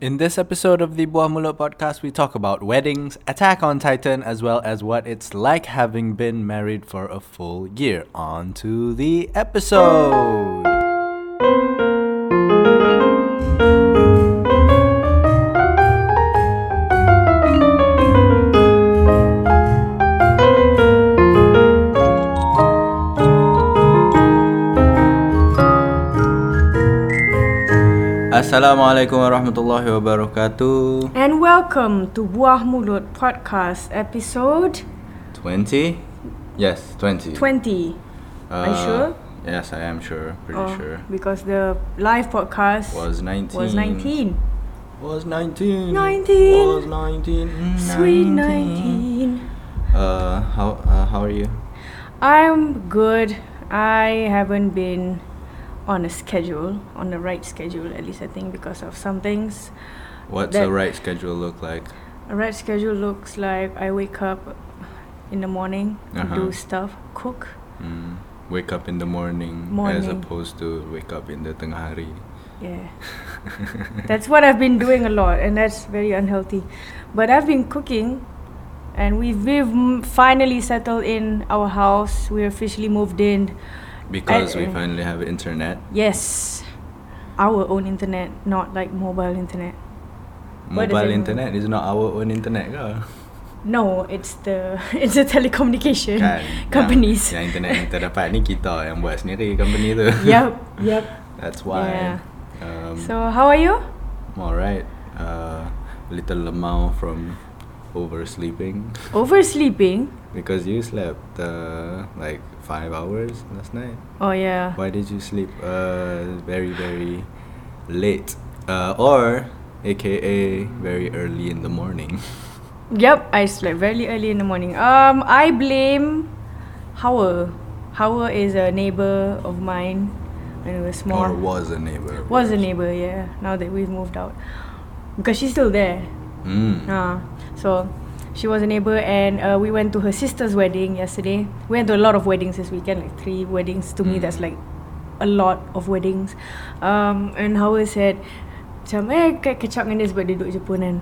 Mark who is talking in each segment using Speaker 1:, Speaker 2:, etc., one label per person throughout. Speaker 1: In this episode of the Buah Mulut podcast, we talk about weddings, Attack on Titan, as well as what it's like having been married for a full year. On to the episode! Assalamualaikum warahmatullahi wabarakatuh.
Speaker 2: And welcome to Buah Mulut Podcast episode
Speaker 1: 20? Yes, 20.
Speaker 2: 20. Are you
Speaker 1: Uh,
Speaker 2: sure?
Speaker 1: Yes, I am sure. Pretty
Speaker 2: Oh,
Speaker 1: sure.
Speaker 2: Because the live podcast
Speaker 1: Was 19.
Speaker 2: was 19.
Speaker 1: Was 19.
Speaker 2: 19.
Speaker 1: Was 19. Mm,
Speaker 2: Sweet 19.
Speaker 1: Uh, how, uh, how are you?
Speaker 2: I'm good. I haven't been on a schedule, on the right schedule, at least I think, because of some things.
Speaker 1: What's a
Speaker 2: That-
Speaker 1: right schedule look like?
Speaker 2: A right schedule looks like I wake up in the morning,
Speaker 1: Uh-huh.
Speaker 2: do stuff, cook.
Speaker 1: Mm, wake up in the morning, as
Speaker 2: Morning.
Speaker 1: opposed to wake up in the tengah hari.
Speaker 2: Yeah. that's what I've been doing a lot, and that's very unhealthy. But I've been cooking, and we've, we've m- finally settled in our house. We officially moved in.
Speaker 1: Because we
Speaker 2: uh,
Speaker 1: finally have internet.
Speaker 2: Yes, our own internet, not like mobile internet. what does
Speaker 1: Mobile
Speaker 2: it mean?
Speaker 1: internet is not our own internet ke?
Speaker 2: No, it's the it's the telecommunication
Speaker 1: Kan?
Speaker 2: companies.
Speaker 1: Yang, yang internet yang kita dapat ni kita yang buat sendiri company tu.
Speaker 2: yep, yep.
Speaker 1: That's why.
Speaker 2: Yeah.
Speaker 1: Um,
Speaker 2: So how are you?
Speaker 1: I'm alright. Uh, little lemau from oversleeping
Speaker 2: Oversleeping?
Speaker 1: because you slept uh, like five hours last night.
Speaker 2: Oh yeah.
Speaker 1: Why did you sleep uh, very, very late? Uh, or, aka, very early in the morning?
Speaker 2: Yep, I slept very early in the morning. Um, I blame Hawa. Hawa is a neighbor of mine when we were small.
Speaker 1: Or was a neighbor?
Speaker 2: Was a neighbor, yeah. Now that we've moved out, because she's still there.
Speaker 1: Mm.
Speaker 2: Uh, so she was a neighbor, and uh, we went to her sister's wedding yesterday. We went to a lot of weddings this weekend, like three weddings. To me, that's like a lot of weddings. Um, and Hawa said, macam, eh, kat kecap dengan dia sebab dia duduk Jepun kan.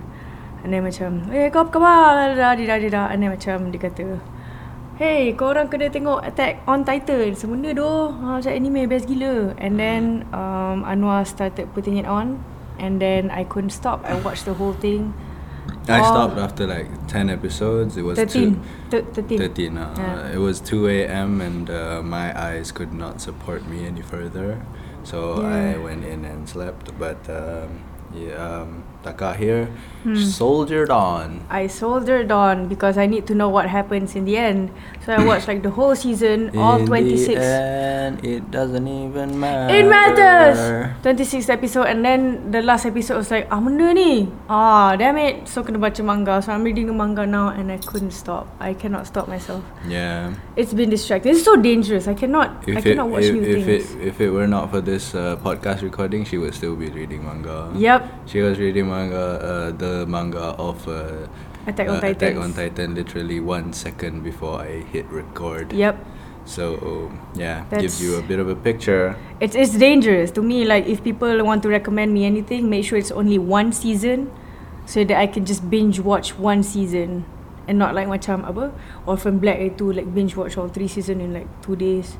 Speaker 2: And then macam, eh, kau apa khabar? Dah, dah, dah, dah. And then macam dia kata, Hey, korang kena tengok Attack on Titan. Semenda doh. Ha, macam anime best gila. And then um, Anwar started putting it on. And then I couldn't stop. I watched the whole thing.
Speaker 1: I
Speaker 2: Oh.
Speaker 1: stopped after like 10 episodes. It was
Speaker 2: 13.
Speaker 1: 2.
Speaker 2: Thir-
Speaker 1: 13
Speaker 2: 13.
Speaker 1: uh, It
Speaker 2: Yeah.
Speaker 1: was 2 a.m. and uh, my eyes could not support me any further. So I
Speaker 2: Yeah.
Speaker 1: went in and slept. But um, yeah, um, Taka here
Speaker 2: Hmm.
Speaker 1: soldiered on.
Speaker 2: I soldiered on because I need to know what happens in the end. So I watched like the whole season, all
Speaker 1: In
Speaker 2: 26.
Speaker 1: The end, it doesn't even matter.
Speaker 2: It matters! 26 episode and then the last episode was like, ah benda ni. Ah, damn it. So kena baca manga. So I'm reading the manga now and I couldn't stop. I cannot stop myself.
Speaker 1: Yeah.
Speaker 2: It's been distracting. It's so dangerous. I cannot, I
Speaker 1: If it,
Speaker 2: cannot watch
Speaker 1: if,
Speaker 2: new
Speaker 1: if
Speaker 2: things.
Speaker 1: it if it were not for this uh, podcast recording, she would still be reading manga.
Speaker 2: Yep.
Speaker 1: She was reading manga, uh, the manga of uh,
Speaker 2: Attack on
Speaker 1: uh, Attack on
Speaker 2: Titans.
Speaker 1: Titan, literally one second before I hit record.
Speaker 2: Yep.
Speaker 1: So yeah, gives
Speaker 2: That's-
Speaker 1: you a bit of a picture.
Speaker 2: It's it's dangerous to me. Like if people want to recommend me anything, make sure it's only one season, so that I can just binge watch one season, and not like macam apa Orphan Black itu like binge watch all three season in like two days.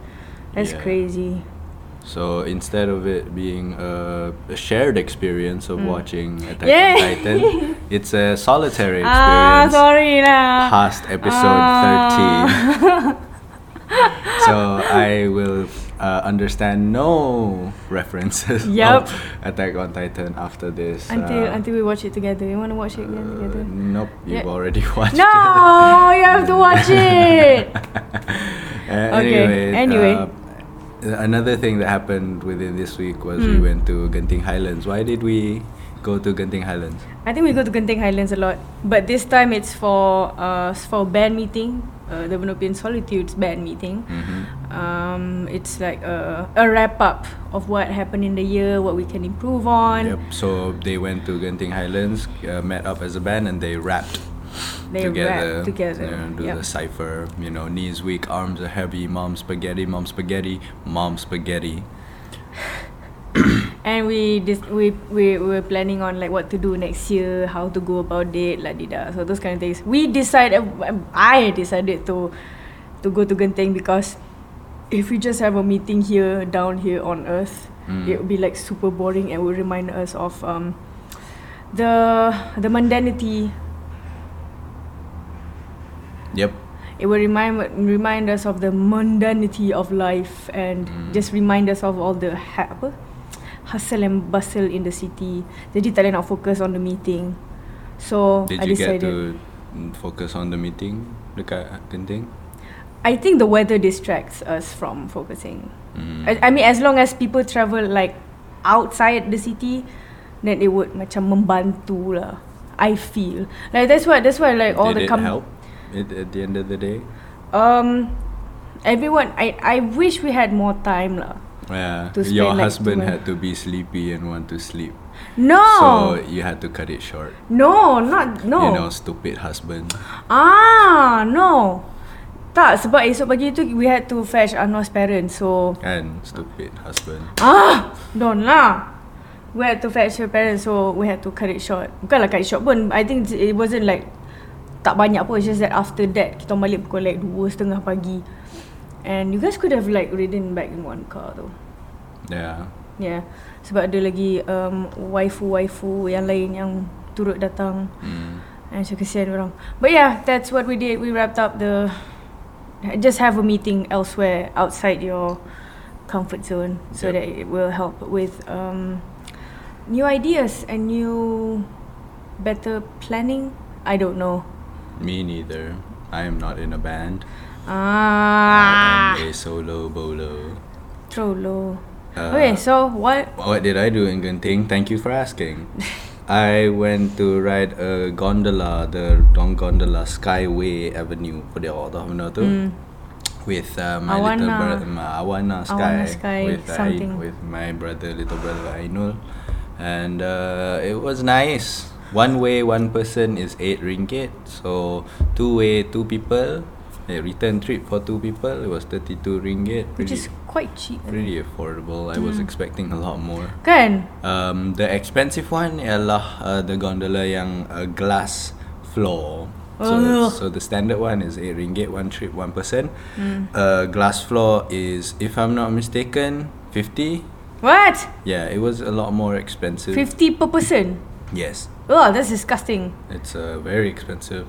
Speaker 2: That's
Speaker 1: Yeah.
Speaker 2: crazy.
Speaker 1: So instead of it being a, a shared experience
Speaker 2: Mm.
Speaker 1: of watching Attack
Speaker 2: Yay!
Speaker 1: on Titan, it's a solitary
Speaker 2: Ah,
Speaker 1: experience.
Speaker 2: sorry lah.
Speaker 1: past episode
Speaker 2: Ah.
Speaker 1: 13. so I will uh, understand no references
Speaker 2: Yup.
Speaker 1: of Attack on Titan after this. uh,
Speaker 2: Until until we watch it together. You want to watch it again
Speaker 1: uh,
Speaker 2: together?
Speaker 1: nope, you've
Speaker 2: Yeah.
Speaker 1: already watched
Speaker 2: No,
Speaker 1: it.
Speaker 2: you have to watch it.
Speaker 1: Uh,
Speaker 2: Okay,
Speaker 1: anyway,
Speaker 2: anyway.
Speaker 1: uh, another thing that happened within this week was
Speaker 2: Hmm.
Speaker 1: we went to Genting Highlands. Why did we go to Genting Highlands?
Speaker 2: I think we go to Genting Highlands a lot, but this time it's for uh s- for band meeting, uh, the Benopian Solitudes band meeting.
Speaker 1: Mm-hmm.
Speaker 2: Um, it's like a, a wrap up of what happened in the year, what we can improve on.
Speaker 1: Yep. So they went to Genting Highlands, uh, met up as a band, and they rapped
Speaker 2: They
Speaker 1: together.
Speaker 2: rap together.
Speaker 1: You know, do
Speaker 2: Yep.
Speaker 1: the cipher. You know, knees weak, arms are heavy, mom spaghetti, mom spaghetti, mom spaghetti.
Speaker 2: and we dis- we we we were planning on like what to do next year, how to go about it, la di da. So those kind of things. We decided, I decided to to go to Genting because if we just have a meeting here, down here on Earth,
Speaker 1: Mm.
Speaker 2: it would be like super boring and would remind us of um, the the mundanity
Speaker 1: Yep.
Speaker 2: it will remind remind us of the mundanity of life and
Speaker 1: Mm.
Speaker 2: just remind us of all the ha- apa? hustle and bustle in the city. Jadi tak boleh nak focus on the meeting. So
Speaker 1: Did
Speaker 2: I
Speaker 1: you
Speaker 2: decided.
Speaker 1: get to mm, focus on the meeting dekat Genting?
Speaker 2: I think the weather distracts us from focusing.
Speaker 1: Mm.
Speaker 2: I, I mean, as long as people travel like outside the city, then it would macam membantu lah. I feel like that's why that's why like all
Speaker 1: Did
Speaker 2: the
Speaker 1: it
Speaker 2: com-
Speaker 1: help it, at the end of the day?
Speaker 2: um everyone I I wish we had more time lah.
Speaker 1: Yeah.
Speaker 2: To
Speaker 1: Your
Speaker 2: spend, like,
Speaker 1: husband
Speaker 2: two-
Speaker 1: had to be sleepy and want to sleep.
Speaker 2: No.
Speaker 1: So you had to cut it short.
Speaker 2: No, not no.
Speaker 1: You know, stupid husband.
Speaker 2: Ah, no. Tak sebab esok pagi tu we had to fetch Anwar's parents. So
Speaker 1: And stupid husband.
Speaker 2: ah, don't lah. We had to fetch her parents so we had to cut it short. Bukanlah cut it short pun. I think it wasn't like tak banyak pun. It's just that after that kita orang balik pukul like 2.30 pagi. And you guys could have like ridden back in one car though.
Speaker 1: Yeah.
Speaker 2: Yeah. Sebab ada lagi um, waifu-waifu yang lain yang turut datang.
Speaker 1: Mm.
Speaker 2: And so kesian orang. But yeah, that's what we did. We wrapped up the just have a meeting elsewhere outside your comfort zone so
Speaker 1: Yep.
Speaker 2: that it will help with um, new ideas and new better planning. I don't know.
Speaker 1: Me neither. I am not in a band. I
Speaker 2: Ah,
Speaker 1: am a solo bolo.
Speaker 2: throw low.
Speaker 1: Uh,
Speaker 2: okay, so what?
Speaker 1: What did I do in Genting? Thank you for asking. I went to ride a gondola, the Dong Gondola Skyway Avenue for the Order tu
Speaker 2: Mm.
Speaker 1: with uh, my little
Speaker 2: Awana.
Speaker 1: brother my Awana Sky,
Speaker 2: Awana Sky
Speaker 1: with Ai-
Speaker 2: something.
Speaker 1: with my brother little brother Ainul and uh, it was nice. One way one person is 8 ringgit. So two way two people, a return trip for two people it was 32 ringgit.
Speaker 2: Which
Speaker 1: Pretty-
Speaker 2: is Hmm. quite cheap.
Speaker 1: pretty affordable. I was expecting a lot more.
Speaker 2: Kan?
Speaker 1: Um, the expensive one ialah uh, the gondola yang uh, glass floor. So,
Speaker 2: Ugh.
Speaker 1: so the standard one is 8 ringgit, one trip, one person. Uh, glass floor is, if I'm not mistaken, 50.
Speaker 2: What?
Speaker 1: Yeah, it was a lot more expensive.
Speaker 2: 50 per person?
Speaker 1: Yes,
Speaker 2: Oh, that's disgusting.
Speaker 1: it's uh, very expensive.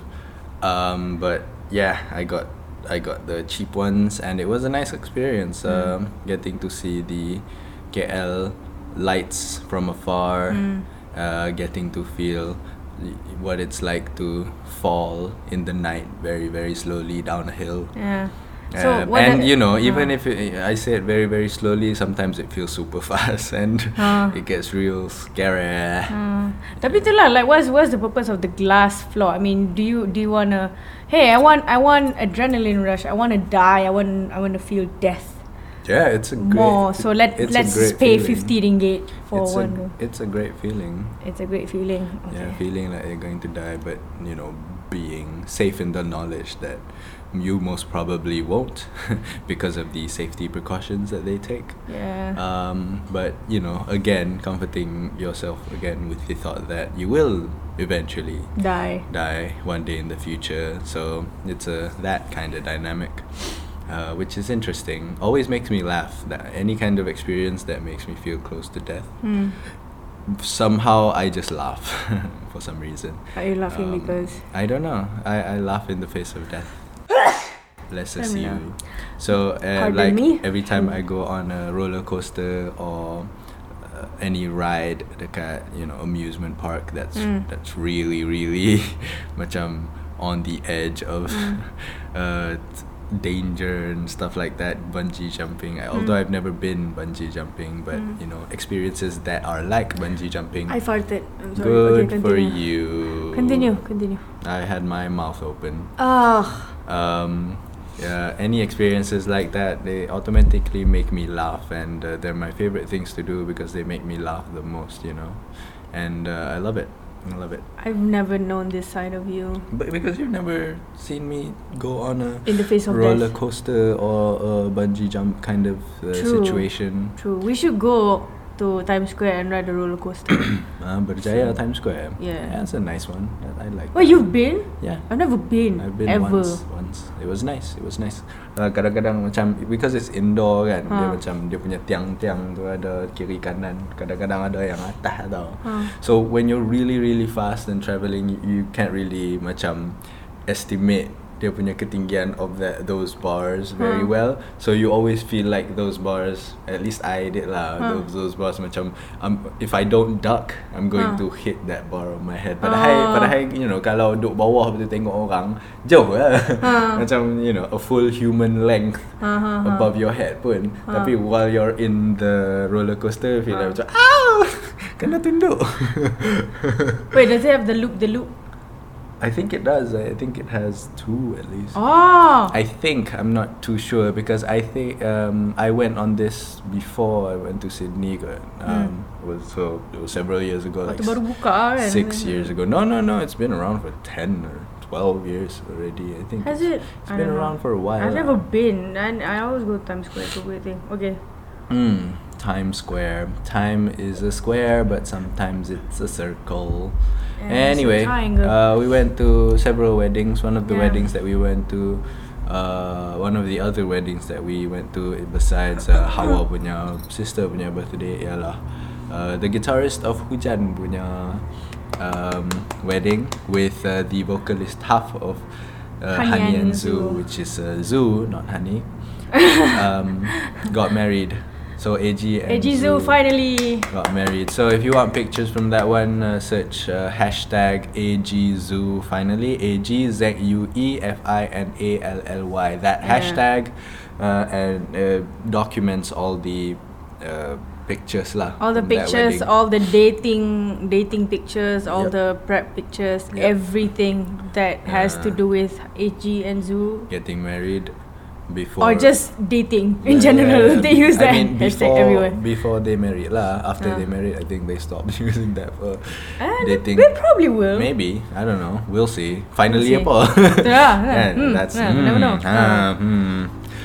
Speaker 1: Um, but yeah, I got I got the cheap ones, and it was a nice experience. Um, getting to see the KL lights from afar, uh, getting to feel y- what it's like to fall in the night very very slowly down a hill.
Speaker 2: Yeah.
Speaker 1: Um, and
Speaker 2: the-
Speaker 1: you know, even
Speaker 2: Ah.
Speaker 1: if it, I say it very, very slowly, sometimes it feels super fast and
Speaker 2: Ah.
Speaker 1: it gets real scary.
Speaker 2: Hmm. Tapi itulah like what's what's the purpose of the glass floor? I mean, do you do you wanna hey, I want I want adrenaline rush. I want to die. I want I want to feel death
Speaker 1: Yeah, it's a great.
Speaker 2: more. So let
Speaker 1: it's a
Speaker 2: let's
Speaker 1: great
Speaker 2: just pay
Speaker 1: feeling.
Speaker 2: 50 ringgit for
Speaker 1: it's
Speaker 2: one.
Speaker 1: a,
Speaker 2: go.
Speaker 1: it's a great feeling.
Speaker 2: It's a great feeling. Okay.
Speaker 1: Yeah, feeling like you're going to die, but you know, being safe in the knowledge that you most probably won't because of the safety precautions that they take.
Speaker 2: Yeah.
Speaker 1: Um, but you know, again, comforting yourself again with the thought that you will eventually
Speaker 2: die.
Speaker 1: die one day in the future. So it's a that kind of dynamic, uh, which is interesting. Always makes me laugh. That any kind of experience that makes me feel close to death,
Speaker 2: Hmm.
Speaker 1: somehow I just laugh for some reason.
Speaker 2: Are you laughing
Speaker 1: Um,
Speaker 2: because
Speaker 1: I don't know. I, I laugh in the face of death. Bless us
Speaker 2: Fair
Speaker 1: you. So uh,
Speaker 2: uh, Pardon
Speaker 1: like
Speaker 2: me?
Speaker 1: every time I go on a roller coaster or uh, any ride dekat you know amusement park that's
Speaker 2: Mm.
Speaker 1: that's really really macam on the edge of
Speaker 2: Mm.
Speaker 1: uh, t- danger and stuff like that bungee jumping I- although I've never been bungee jumping but you
Speaker 2: Mm.
Speaker 1: know experiences that are like bungee jumping
Speaker 2: I farted. I'm sorry.
Speaker 1: good
Speaker 2: okay,
Speaker 1: for
Speaker 2: continue.
Speaker 1: you
Speaker 2: Continue, continue.
Speaker 1: I had my mouth open.
Speaker 2: Ah,
Speaker 1: Um, yeah, any experiences like that, they automatically make me laugh, and uh, they're my favorite things to do because they make me laugh the most, you know. And uh, I love it. I love it.
Speaker 2: I've never known this side of you
Speaker 1: But because you've never seen me go on a
Speaker 2: in the face of
Speaker 1: roller
Speaker 2: death.
Speaker 1: coaster or a bungee jump kind of uh,
Speaker 2: True.
Speaker 1: situation.
Speaker 2: True. We should go to to Times Square and ride the roller coaster.
Speaker 1: Uh, Berjaya Times Square.
Speaker 2: Yeah.
Speaker 1: That's a nice one. I, I like.
Speaker 2: well,
Speaker 1: that
Speaker 2: you've
Speaker 1: one.
Speaker 2: been?
Speaker 1: Yeah.
Speaker 2: I've never been.
Speaker 1: I've been
Speaker 2: ever.
Speaker 1: once. Once. It was nice. It was nice. Uh, kadang-kadang macam because it's indoor kan, dia
Speaker 2: Ha.
Speaker 1: macam dia punya tiang-tiang tu ada kiri kanan. Kadang-kadang ada yang atas tau.
Speaker 2: Ha.
Speaker 1: So when you're really really fast and traveling, you, you can't really macam estimate dia punya ketinggian of that those bars very
Speaker 2: Ha.
Speaker 1: well. So you always feel like those bars. At least I did lah.
Speaker 2: Ha.
Speaker 1: Those, those bars macam um, if I don't duck, I'm going
Speaker 2: Ha.
Speaker 1: to hit that bar on my head. Padahal
Speaker 2: Oh.
Speaker 1: padahal you know kalau duduk bawah betul tengok orang jauh lah.
Speaker 2: Ha.
Speaker 1: Macam you know a full human length
Speaker 2: Ha, ha, ha.
Speaker 1: above your head pun.
Speaker 2: Ha.
Speaker 1: Tapi while you're in the roller coaster feel
Speaker 2: Ha.
Speaker 1: like macam ow kena tunduk.
Speaker 2: Wait, does it have the loop the loop?
Speaker 1: I think it does. I think it has two at least.
Speaker 2: Oh.
Speaker 1: I think I'm not too sure because I think um, I went on this before I went to Sydney. kot. Um, it was so it was several years ago, like
Speaker 2: Hmm. Waktu baru buka kan.
Speaker 1: six years ago. No, no, no. It's been around for ten or twelve years already. I think.
Speaker 2: Has
Speaker 1: it's-
Speaker 2: it?
Speaker 1: It's
Speaker 2: I
Speaker 1: been
Speaker 2: don't know.
Speaker 1: around for a while.
Speaker 2: I've never
Speaker 1: lah.
Speaker 2: been. And I always go to Times Square. It's a weird thing. Okay.
Speaker 1: Mm, Times Square. Time is a square, but sometimes it's a circle.
Speaker 2: And it's a
Speaker 1: anyway,
Speaker 2: triangle.
Speaker 1: uh, we went to several weddings. One of the
Speaker 2: Yeah.
Speaker 1: weddings that we went to, uh, one of the other weddings that we went to eh, besides uh, Hawa punya sister punya birthday ialah uh, the guitarist of Hujan punya um, wedding with uh, the vocalist half of uh, Honey and Zoo, which is uh, Zoo, not Honey um, got married. So AG and
Speaker 2: Ejizu
Speaker 1: Zoo
Speaker 2: finally.
Speaker 1: got married. So if you want pictures from that one, uh, search uh, hashtag AGZoo finally. A G Z U E F I N A L L Y. That
Speaker 2: Yeah.
Speaker 1: hashtag uh, and uh, documents all the uh, pictures lah.
Speaker 2: All the
Speaker 1: from that
Speaker 2: pictures,
Speaker 1: wedding.
Speaker 2: all the dating dating pictures, all
Speaker 1: Yep.
Speaker 2: the prep pictures,
Speaker 1: Yep. Uh,
Speaker 2: everything that has to
Speaker 1: Yeah.
Speaker 2: do with AG and Zoo.
Speaker 1: getting married before
Speaker 2: Or just dating
Speaker 1: Yeah,
Speaker 2: in general.
Speaker 1: yeah, yeah.
Speaker 2: They use
Speaker 1: I
Speaker 2: that
Speaker 1: mean,
Speaker 2: hashtag
Speaker 1: before,
Speaker 2: everywhere.
Speaker 1: Before they married lah. After
Speaker 2: Ah.
Speaker 1: they married, I think they stopped using that for
Speaker 2: Ah, they,
Speaker 1: dating.
Speaker 2: they probably will.
Speaker 1: Maybe I don't know. We'll see. Finally,
Speaker 2: see.
Speaker 1: apa?
Speaker 2: Yeah, yeah. Hmm,
Speaker 1: that's
Speaker 2: yeah, never know.
Speaker 1: hmm, ah, hmm.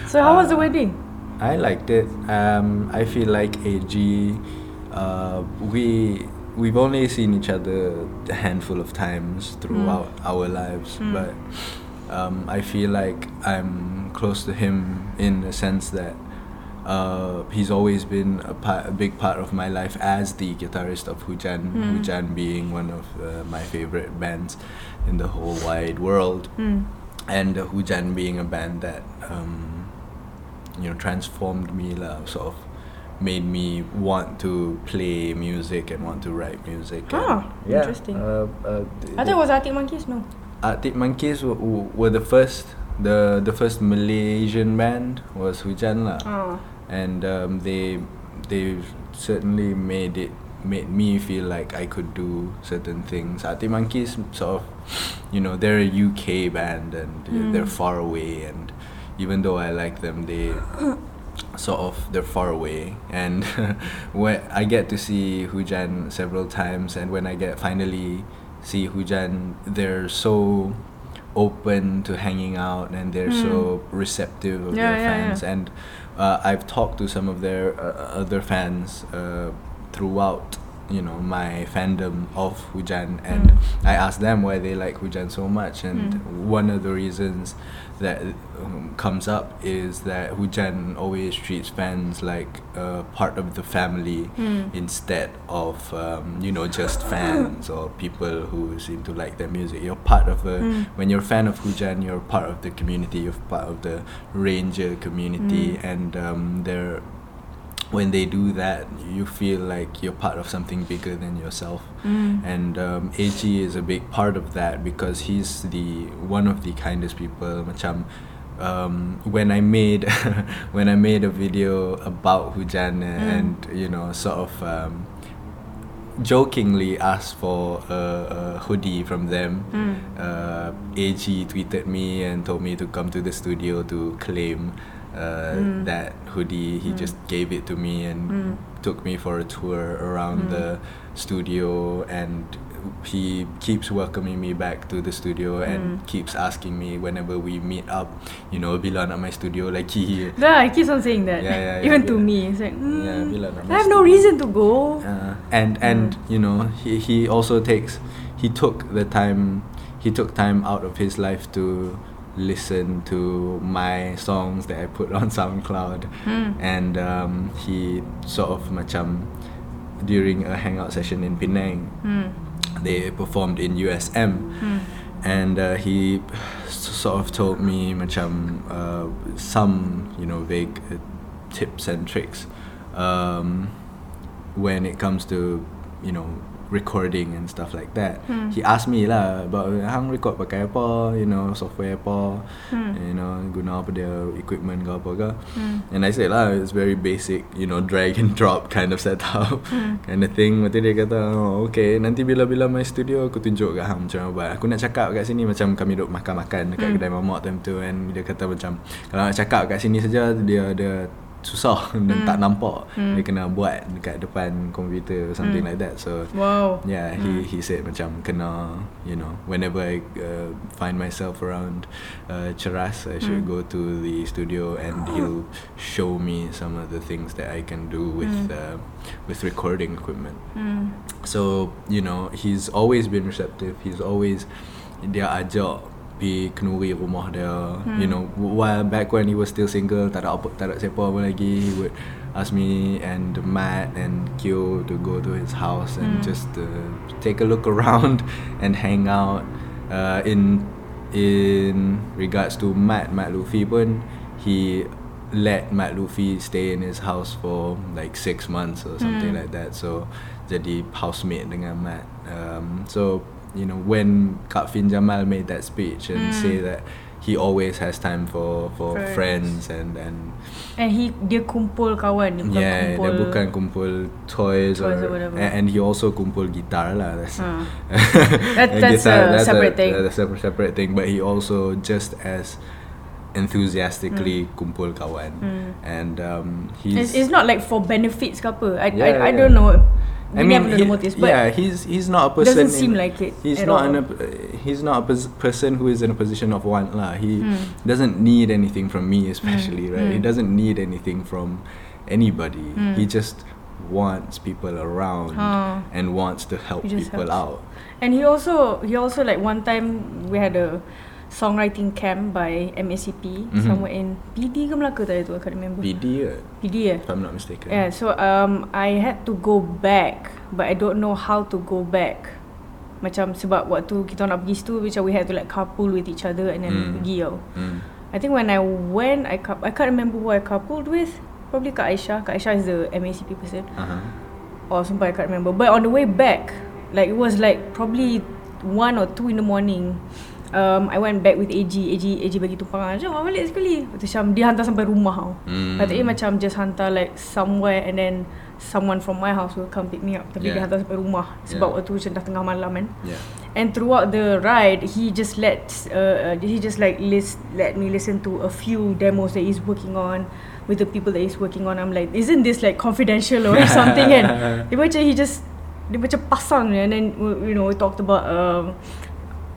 Speaker 2: So how was the
Speaker 1: Uh,
Speaker 2: wedding?
Speaker 1: I liked it. Um, I feel like AG. Uh, we we've only seen each other a handful of times throughout our lives,
Speaker 2: Mm.
Speaker 1: but um, I feel like I'm close to him in the sense that uh, he's always been a, part, a big part of my life as the guitarist of Hujan.
Speaker 2: Mm.
Speaker 1: Hujan being one of uh, my favorite bands in the whole wide world
Speaker 2: Hmm.
Speaker 1: and uh, Hujan being a band that um, you know transformed me lah, sort of made me want to play music and want to write music. and-
Speaker 2: Ah, interesting.
Speaker 1: Uh, uh, th-
Speaker 2: I thought it was Arctic Monkeys. No.
Speaker 1: Arctic Monkeys w- w- were the first the the first Malaysian band was Hujan lah
Speaker 2: Oh.
Speaker 1: and um, they they certainly made it made me feel like I could do certain things. Arctic Monkeys sort of, you know, they're a UK band and
Speaker 2: Mm.
Speaker 1: they're far away, and even though I like them, they sort of they're far away and when I get to see Hujan several times and when I get finally see Hujan they're so open to hanging out and they're so receptive of
Speaker 2: Hmm. Yeah,
Speaker 1: their
Speaker 2: yeah, yeah.
Speaker 1: fans and uh, I've talked to some of their uh, other fans uh, throughout you know my fandom of Hujan and
Speaker 2: Mm.
Speaker 1: I asked them why they like Hujan so much and
Speaker 2: Mm.
Speaker 1: one of the reasons that um, comes up is that Hujan always treats fans like uh, part of the family
Speaker 2: Mm.
Speaker 1: instead of um, you know just fans or people who seem to like their music. You're part of a
Speaker 2: Mm.
Speaker 1: when you're a fan of Hujan, you're part of the community. You're part of the ranger community,
Speaker 2: Mm.
Speaker 1: and um, they're when they do that, you feel like you're part of something bigger than yourself
Speaker 2: Mm.
Speaker 1: and um, AG is a big part of that because he's the one of the kindest people. Macam um, when I made when I made a video about Hujan
Speaker 2: Mm.
Speaker 1: and you know sort of um, jokingly asked for a, a hoodie from them.
Speaker 2: Mm.
Speaker 1: Uh, AG tweeted me and told me to come to the studio to claim uh,
Speaker 2: Mm.
Speaker 1: that hoodie. He
Speaker 2: Mm.
Speaker 1: just gave it to me and
Speaker 2: Mm.
Speaker 1: to took me for a tour around
Speaker 2: Mm.
Speaker 1: the studio and he keeps welcoming me back to the studio and
Speaker 2: Mm.
Speaker 1: keeps asking me whenever we meet up, you know, bila nak my studio lagi.
Speaker 2: Yeah, he keeps on saying that.
Speaker 1: Yeah, yeah, yeah,
Speaker 2: Even to
Speaker 1: yeah.
Speaker 2: me, it's like, mm,
Speaker 1: Yeah, be like that.
Speaker 2: I have no reason to go.
Speaker 1: Uh, and and you know he, he also takes he took the time he took time out of his life to listen to my songs that I put on SoundCloud
Speaker 2: Mm.
Speaker 1: and um, he sort of macam during a hangout session in Penang
Speaker 2: Mm.
Speaker 1: they performed in USM
Speaker 2: Mm.
Speaker 1: and uh, he s- sort of told me macam uh, some you know vague uh, tips and tricks um, when it comes to you know recording and stuff like that.
Speaker 2: Hmm.
Speaker 1: He asked me lah about hang record pakai apa, you know software apa,
Speaker 2: Hmm.
Speaker 1: you know guna apa dia equipment ke apa ke.
Speaker 2: Hmm.
Speaker 1: And I said lah it's very basic, you know drag and drop kind of setup
Speaker 2: Hmm.
Speaker 1: kind of thing. Lepas tu dia kata, oh, okay nanti bila-bila my studio aku tunjuk kat hang macam mana buat. Aku nak cakap kat sini macam kami duduk makan-makan dekat
Speaker 2: Hmm.
Speaker 1: kedai mamak time tu and dia kata macam kalau nak cakap kat sini saja dia dia susah dan
Speaker 2: Hmm.
Speaker 1: tak nampak.
Speaker 2: Hmm.
Speaker 1: Dia kena buat dekat depan komputer something
Speaker 2: Hmm.
Speaker 1: like that. So
Speaker 2: Wow.
Speaker 1: Yeah, he he said macam kena, you know, whenever I uh, find myself around uh, Cheras, I should
Speaker 2: Mm.
Speaker 1: go to the studio and he'll show me some of the things that I can do with uh, with recording equipment.
Speaker 2: Mm.
Speaker 1: So you know, he's always been receptive. He's always dia ajak pergi kenuri rumah dia.
Speaker 2: Hmm.
Speaker 1: You know, while back when he was still single, tak ada apa, tak ada siapa pun lagi. He would ask me and Matt and Kyo to go to his house and
Speaker 2: Hmm.
Speaker 1: just uh, take a look around and hang out. Uh, in in regards to Matt, Matt Luffy pun he let Matt Luffy stay in his house for like six months or something
Speaker 2: Hmm.
Speaker 1: like that. So jadi housemate dengan Matt. Um, so you know when Kak Fin Jamal made that speech and
Speaker 2: Hmm.
Speaker 1: say that he always has time for for friends,
Speaker 2: Friends.
Speaker 1: and and
Speaker 2: And he dia kumpul kawan, dia bukan
Speaker 1: yeah,
Speaker 2: kumpul.
Speaker 1: dia bukan kumpul toys,
Speaker 2: Toys
Speaker 1: or,
Speaker 2: or whatever.
Speaker 1: a- and he also kumpul guitar lah. That's,
Speaker 2: Ah.
Speaker 1: And
Speaker 2: that's a separate thing.
Speaker 1: That's a separate, separate thing. But he also just as enthusiastically
Speaker 2: Hmm.
Speaker 1: kumpul kawan,
Speaker 2: Mm.
Speaker 1: and um, he's
Speaker 2: It's, it's not like for benefits ke apa. I, I,
Speaker 1: Yeah,
Speaker 2: I
Speaker 1: yeah.
Speaker 2: don't know.
Speaker 1: I
Speaker 2: We
Speaker 1: mean,
Speaker 2: never know the
Speaker 1: he-
Speaker 2: motives, but
Speaker 1: yeah, he's he's not a person.
Speaker 2: doesn't
Speaker 1: in-
Speaker 2: seem like it
Speaker 1: He's
Speaker 2: at
Speaker 1: not an
Speaker 2: all.
Speaker 1: a, he's not a pers- person who is in a position of want lah. He
Speaker 2: Hmm.
Speaker 1: doesn't need anything from me, especially right. He
Speaker 2: hmm.
Speaker 1: doesn't need anything from anybody.
Speaker 2: Hmm.
Speaker 1: He just wants people around
Speaker 2: Huh.
Speaker 1: and wants to help
Speaker 2: Oh. He just
Speaker 1: people out.
Speaker 2: helps. And he also he also like one time we had a songwriting camp by MACP
Speaker 1: Mhm.
Speaker 2: somewhere in PD ke Melaka tadi tu I can't remember.
Speaker 1: BD, uh,
Speaker 2: PD eh.
Speaker 1: if I'm not mistaken.
Speaker 2: Yeah, so um I had to go back but I don't know how to go back. Macam sebab waktu kita nak pergi situ macam we had to like carpool with each other and then
Speaker 1: Mm.
Speaker 2: pergi tau.
Speaker 1: Mm.
Speaker 2: I think when I went I car- I can't remember who I carpooled with. Probably Kak Aisyah. Kak Aisyah is the MACP person.
Speaker 1: Uh-huh.
Speaker 2: Or Oh, sumpah I can't remember But on the way back Like it was like Probably One or two in the morning um, I went back with AG AG AG bagi tumpangan Jom awak balik sekali Lepas tu macam Dia hantar sampai rumah tau
Speaker 1: Mm.
Speaker 2: Patutnya macam Just hantar like Somewhere and then Someone from my house Will come pick me up Tapi
Speaker 1: Yeah.
Speaker 2: dia hantar sampai rumah Sebab
Speaker 1: Yeah.
Speaker 2: waktu macam Dah tengah malam kan
Speaker 1: Yeah.
Speaker 2: And throughout the ride, he just let uh, uh, he just like list let me listen to a few demos that he's working on with the people that he's working on. I'm like, isn't this like confidential or something? kan?" And dia macam he just dia macam pasang je. and then we- you know we talked about um,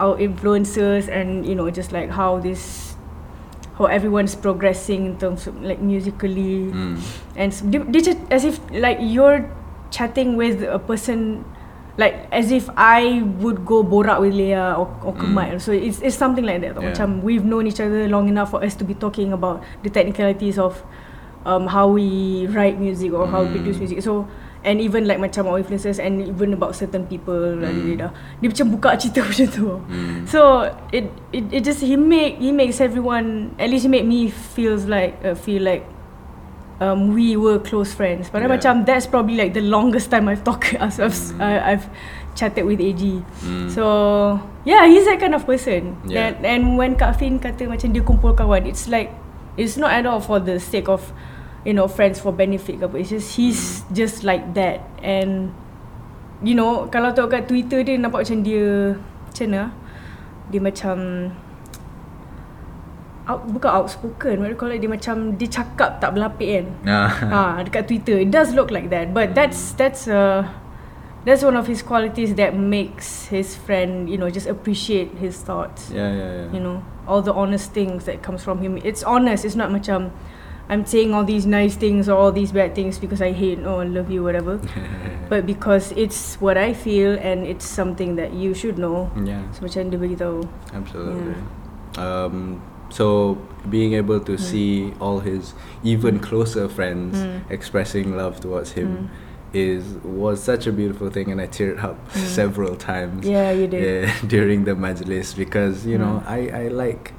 Speaker 2: our influences and you know just like how this how everyone's progressing in terms of like musically
Speaker 1: Mm.
Speaker 2: and s- dia, dia just as if like you're chatting with a person like as if I would go borak with Leah or, or
Speaker 1: Mm.
Speaker 2: Kemal so it's it's something like that tau.
Speaker 1: Yeah.
Speaker 2: macam we've known each other long enough for us to be talking about the technicalities of um, how we write music or how we
Speaker 1: Mm.
Speaker 2: produce music so and even like macam our influences and even about certain people mm. dia, dia macam buka cerita macam tu
Speaker 1: Mm.
Speaker 2: So it, it it just he make he makes everyone at least he made me feels like uh, feel like um, we were close friends. But
Speaker 1: Yeah.
Speaker 2: macam that's probably like the longest time I've talked I've I've,
Speaker 1: Mm.
Speaker 2: I- I've chatted with AG.
Speaker 1: Mm.
Speaker 2: So yeah, he's that kind of person.
Speaker 1: Yeah.
Speaker 2: And, and when Kak Fin kata macam dia kumpul kawan, it's like it's not at all for the sake of you know friends for benefit ke apa. It's just he's just like that and you know kalau tengok kat Twitter dia nampak macam dia macam mana ah? dia macam out, bukan outspoken what do you call it dia macam dia cakap tak berlapik kan
Speaker 1: Nah.
Speaker 2: ha dekat Twitter it does look like that but that's that's uh that's one of his qualities that makes his friend you know just appreciate his thoughts
Speaker 1: yeah, yeah, yeah.
Speaker 2: you know all the honest things that comes from him it's honest it's not macam I'm saying all these nice things or all these bad things because I hate or I love you whatever but because it's what I feel and it's something that you should know
Speaker 1: yeah.
Speaker 2: so macam dia beritahu
Speaker 1: Absolutely. Um, so being able
Speaker 2: Hmm.
Speaker 1: to see all his even closer friends
Speaker 2: Mm.
Speaker 1: expressing love towards him
Speaker 2: Mm.
Speaker 1: is was such a beautiful thing, and I teared up
Speaker 2: Mm.
Speaker 1: several times.
Speaker 2: yeah you did Hmm.
Speaker 1: Yeah, during the majlis because you know I, I like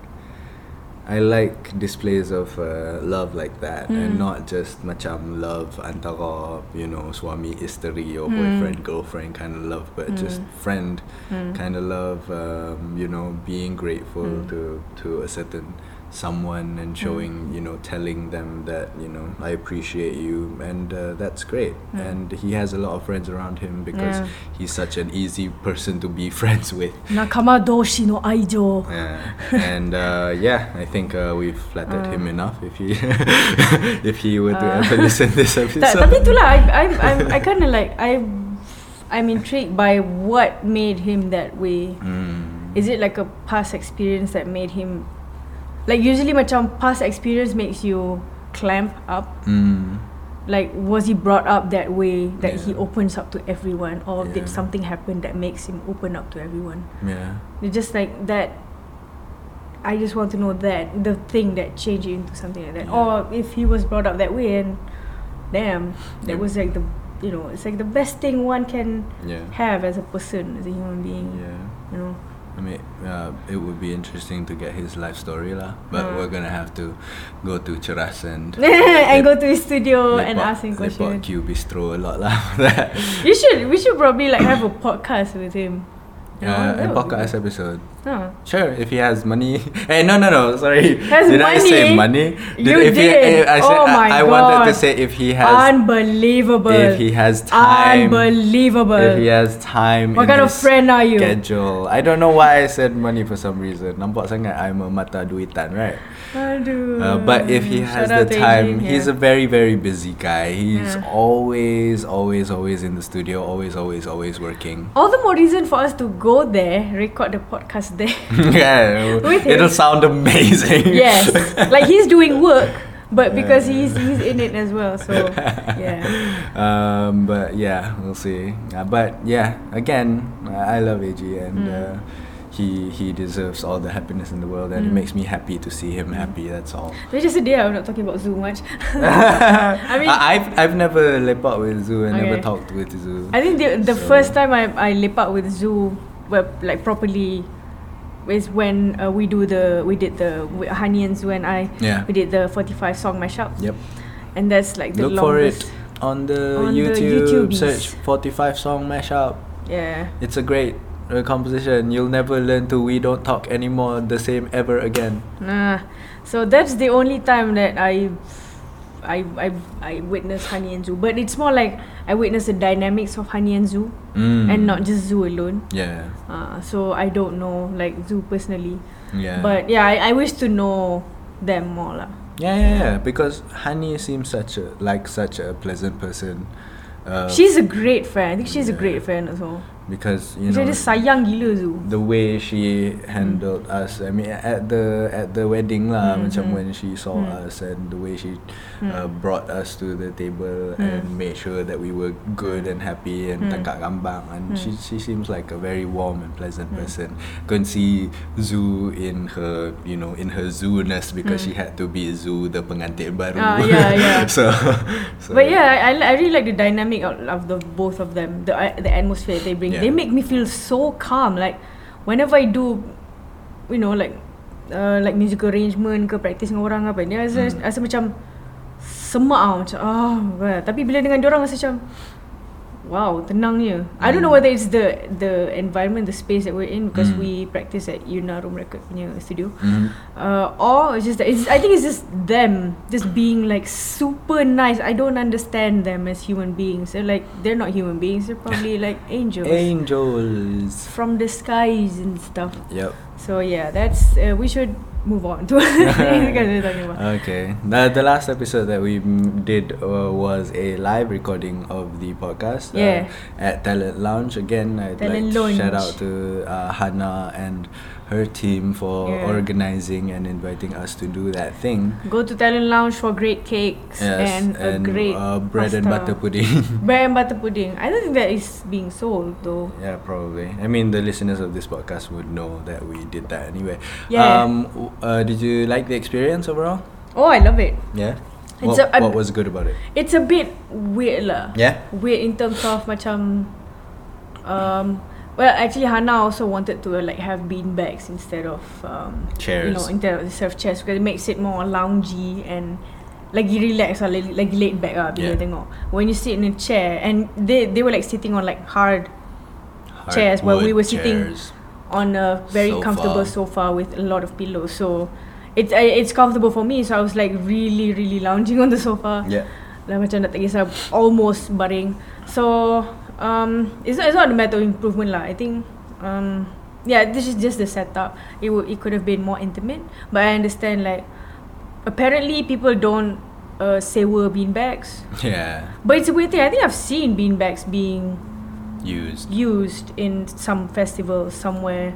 Speaker 1: I like displays of uh, love like that and
Speaker 2: Mm.
Speaker 1: not just macam love antara you know swami isteri or
Speaker 2: Mm.
Speaker 1: boyfriend girlfriend kind of love but just
Speaker 2: Mm.
Speaker 1: friend
Speaker 2: Mm.
Speaker 1: kind of love um, you know being grateful
Speaker 2: Mm.
Speaker 1: to to a certain someone and showing
Speaker 2: Mm.
Speaker 1: you know telling them that you know I appreciate you and uh, that's great
Speaker 2: Mm.
Speaker 1: and he has a lot of friends around him because
Speaker 2: Yeah.
Speaker 1: he's such an easy person to be friends with
Speaker 2: nakama doshi no aijo
Speaker 1: yeah. and uh, yeah I think uh, we've flattered him enough if he if he were to
Speaker 2: Uh.
Speaker 1: ever listen this episode
Speaker 2: Ta- tapi itulah I I'm, I'm I kind of like I I'm intrigued by what made him that way.
Speaker 1: Mm.
Speaker 2: Is it like a past experience that made him like usually macam past experience makes you clamp up.
Speaker 1: Mm.
Speaker 2: Like was he brought up that way that he
Speaker 1: Yeah.
Speaker 2: opens up to everyone or did
Speaker 1: Yeah.
Speaker 2: something happen that makes him open up to everyone?
Speaker 1: yeah
Speaker 2: It's just like that I just want to know that the thing that changed you into something like that.
Speaker 1: Yeah.
Speaker 2: Or if he was brought up that way and damn, that
Speaker 1: Yeah.
Speaker 2: was like the you know, it's like the best thing one can
Speaker 1: yeah
Speaker 2: have as a person, as a human being.
Speaker 1: yeah
Speaker 2: You know.
Speaker 1: I mean, uh, it would be interesting to get his life story lah. But
Speaker 2: Mm.
Speaker 1: we're gonna have to go to Cheras and
Speaker 2: and go to his studio and
Speaker 1: Lepak-
Speaker 2: ask him
Speaker 1: Lepak
Speaker 2: questions.
Speaker 1: Q Bistro a lot lah. uh, for that.
Speaker 2: You should we should probably like have a podcast with him. You
Speaker 1: Yeah,
Speaker 2: know, that
Speaker 1: and
Speaker 2: would be
Speaker 1: podcast
Speaker 2: good.
Speaker 1: episode.
Speaker 2: Huh.
Speaker 1: Sure, if he has money. Hey, no, no, no. Sorry.
Speaker 2: Has
Speaker 1: did I say money?
Speaker 2: money? You
Speaker 1: if He,
Speaker 2: did.
Speaker 1: I, I said,
Speaker 2: Oh
Speaker 1: I,
Speaker 2: my
Speaker 1: I wanted to
Speaker 2: God.
Speaker 1: say if he has,
Speaker 2: Unbelievable.
Speaker 1: if he has time,
Speaker 2: Unbelievable.
Speaker 1: if he has time.
Speaker 2: what
Speaker 1: in
Speaker 2: kind of
Speaker 1: his
Speaker 2: friend are you?
Speaker 1: Schedule. I don't know why I said money for some reason. Nampak sangat I'm a mata duitan, right?
Speaker 2: Aduh.
Speaker 1: Uh, but if he has
Speaker 2: Mm, Shout out
Speaker 1: the
Speaker 2: to
Speaker 1: time,
Speaker 2: Eugene,
Speaker 1: he's a
Speaker 2: yeah.
Speaker 1: very, very busy guy. He's
Speaker 2: Yeah.
Speaker 1: always, always, always in the studio, always, always, always working.
Speaker 2: All the more reason for us to go there, record the podcast there.
Speaker 1: yeah,
Speaker 2: With
Speaker 1: it'll
Speaker 2: him.
Speaker 1: sound amazing.
Speaker 2: yes, like he's doing work, but because he's he's in it as well. So yeah,
Speaker 1: um, but yeah, we'll see. Uh, but yeah, again, I I love AG and
Speaker 2: Mm.
Speaker 1: uh, he he deserves all the happiness in the world,
Speaker 2: Mm.
Speaker 1: and it makes me happy to see him happy. That's all.
Speaker 2: we just sedih. I'm not talking about Zoom much.
Speaker 1: I
Speaker 2: mean-
Speaker 1: I've I've never lepak with Zoo and never
Speaker 2: Okay.
Speaker 1: talked with Zoo.
Speaker 2: I think the the
Speaker 1: So-
Speaker 2: first time I I lepak with Zoo, well, like properly, is when uh, we do the we did the we- Hani and Zoo and I
Speaker 1: Yeah.
Speaker 2: we did the 45 song mashup,
Speaker 1: Yep.
Speaker 2: and that's like the
Speaker 1: Look for
Speaker 2: longest.
Speaker 1: it on the
Speaker 2: On the
Speaker 1: YouTube.
Speaker 2: YouTubies.
Speaker 1: search 45 song mashup.
Speaker 2: Yeah.
Speaker 1: It's a great uh, composition. You'll never learn to we don't talk anymore the same ever again.
Speaker 2: Nah. So that's the only time that I I I I witness Honey and Zoo. But it's more like I witness the dynamics of Honey and Zoo
Speaker 1: Mm.
Speaker 2: and not just Zoo alone.
Speaker 1: yeah
Speaker 2: Uh, so I don't know like Zoo personally.
Speaker 1: yeah
Speaker 2: But yeah, I, I wish to know them more lah.
Speaker 1: yeah yeah yeah because Honey seems such a like such a pleasant person. Uh,
Speaker 2: She's a great friend. I think she's a
Speaker 1: yeah.
Speaker 2: great friend as well.
Speaker 1: because you know
Speaker 2: Jadi sayang gila Zoo.
Speaker 1: the way she handled us. I mean, at the at the wedding lah,
Speaker 2: Mm-hmm.
Speaker 1: macam when she saw us and the way she
Speaker 2: Mm. Hmm.
Speaker 1: uh, brought us to the table and made sure that we were good and happy
Speaker 2: Mm.
Speaker 1: and takak gambang. And she she seems like a very warm and pleasant
Speaker 2: Mm.
Speaker 1: person. Can see Zoo in her you know in her zoo-ness because she had to be Zoo the pengantin baru.
Speaker 2: Mm. Ah, yeah, yeah.
Speaker 1: so, so
Speaker 2: But yeah, I, I, li- I really like the dynamic of, of the both of them. The uh, the atmosphere they bring. They
Speaker 1: Yeah.
Speaker 2: make me feel so calm. Like whenever I do, you know, like uh, like music arrangement ke practice dengan orang apa, dia rasa,
Speaker 1: Hmm.
Speaker 2: rasa macam semak ah macam ah. Oh, tapi bila dengan orang rasa macam Wow, tenangnya. I don't know whether it's the the environment, the space that we're in because
Speaker 1: Hmm.
Speaker 2: we practice at Yuna Room Record punya studio.
Speaker 1: Mhm.
Speaker 2: Uh, or it's just that it's, I think it's just them just being like super nice. I don't understand them as human beings. They're like they're not human beings. They're probably like angels
Speaker 1: angels.
Speaker 2: from the skies and stuff.
Speaker 1: Yep.
Speaker 2: So yeah, that's uh, we should move on to because we're talking about.
Speaker 1: okay. The, the last episode that we mm, did uh, was a live recording of the podcast uh,
Speaker 2: Yeah.
Speaker 1: at Talent Lounge. Again, I'd like
Speaker 2: Talent
Speaker 1: to shout
Speaker 2: Lounge.
Speaker 1: out to uh, Hannah and her team for
Speaker 2: Yeah.
Speaker 1: organizing and inviting us to do that thing.
Speaker 2: Go to Talent Lounge for great
Speaker 1: Yes,
Speaker 2: cakes and,
Speaker 1: and,
Speaker 2: a great
Speaker 1: uh, bread and
Speaker 2: pasta.
Speaker 1: butter pudding.
Speaker 2: Bread and butter pudding. I don't think that is being sold though.
Speaker 1: Yeah, probably. I mean, the listeners of this podcast would know that we did that anyway.
Speaker 2: Yeah.
Speaker 1: Um, w- uh, did you like the experience overall?
Speaker 2: Oh, I love it.
Speaker 1: Yeah.
Speaker 2: It's
Speaker 1: What,
Speaker 2: a- I'm-
Speaker 1: what was good about it?
Speaker 2: It's a bit weird lah.
Speaker 1: Yeah.
Speaker 2: Weird in terms of macam um well actually Hannah also wanted to uh, like have bean bags instead of um you
Speaker 1: Chairs.
Speaker 2: know instead of surf chairs because it makes it more loungy and lagi relax lah lagi, lagi laid back lah bila
Speaker 1: Yeah.
Speaker 2: tengok when you sit in a chair and they they were like sitting on like hard chairs where
Speaker 1: Hardwood
Speaker 2: we were sitting
Speaker 1: chairs.
Speaker 2: on a very
Speaker 1: Sofa.
Speaker 2: comfortable sofa with a lot of pillows. So it's I- it's comfortable for me. So I was like really really lounging on the sofa.
Speaker 1: Yeah.
Speaker 2: Lah macam nak tak kisah almost baring. So um it's not it's not a matter of improvement lah. I think um yeah this is just the setup. It would it could have been more intimate, but I understand like apparently people don't uh, sewa beanbags.
Speaker 1: Yeah.
Speaker 2: But it's a weird thing. I think I've seen beanbags being
Speaker 1: Used.
Speaker 2: used in some festival somewhere.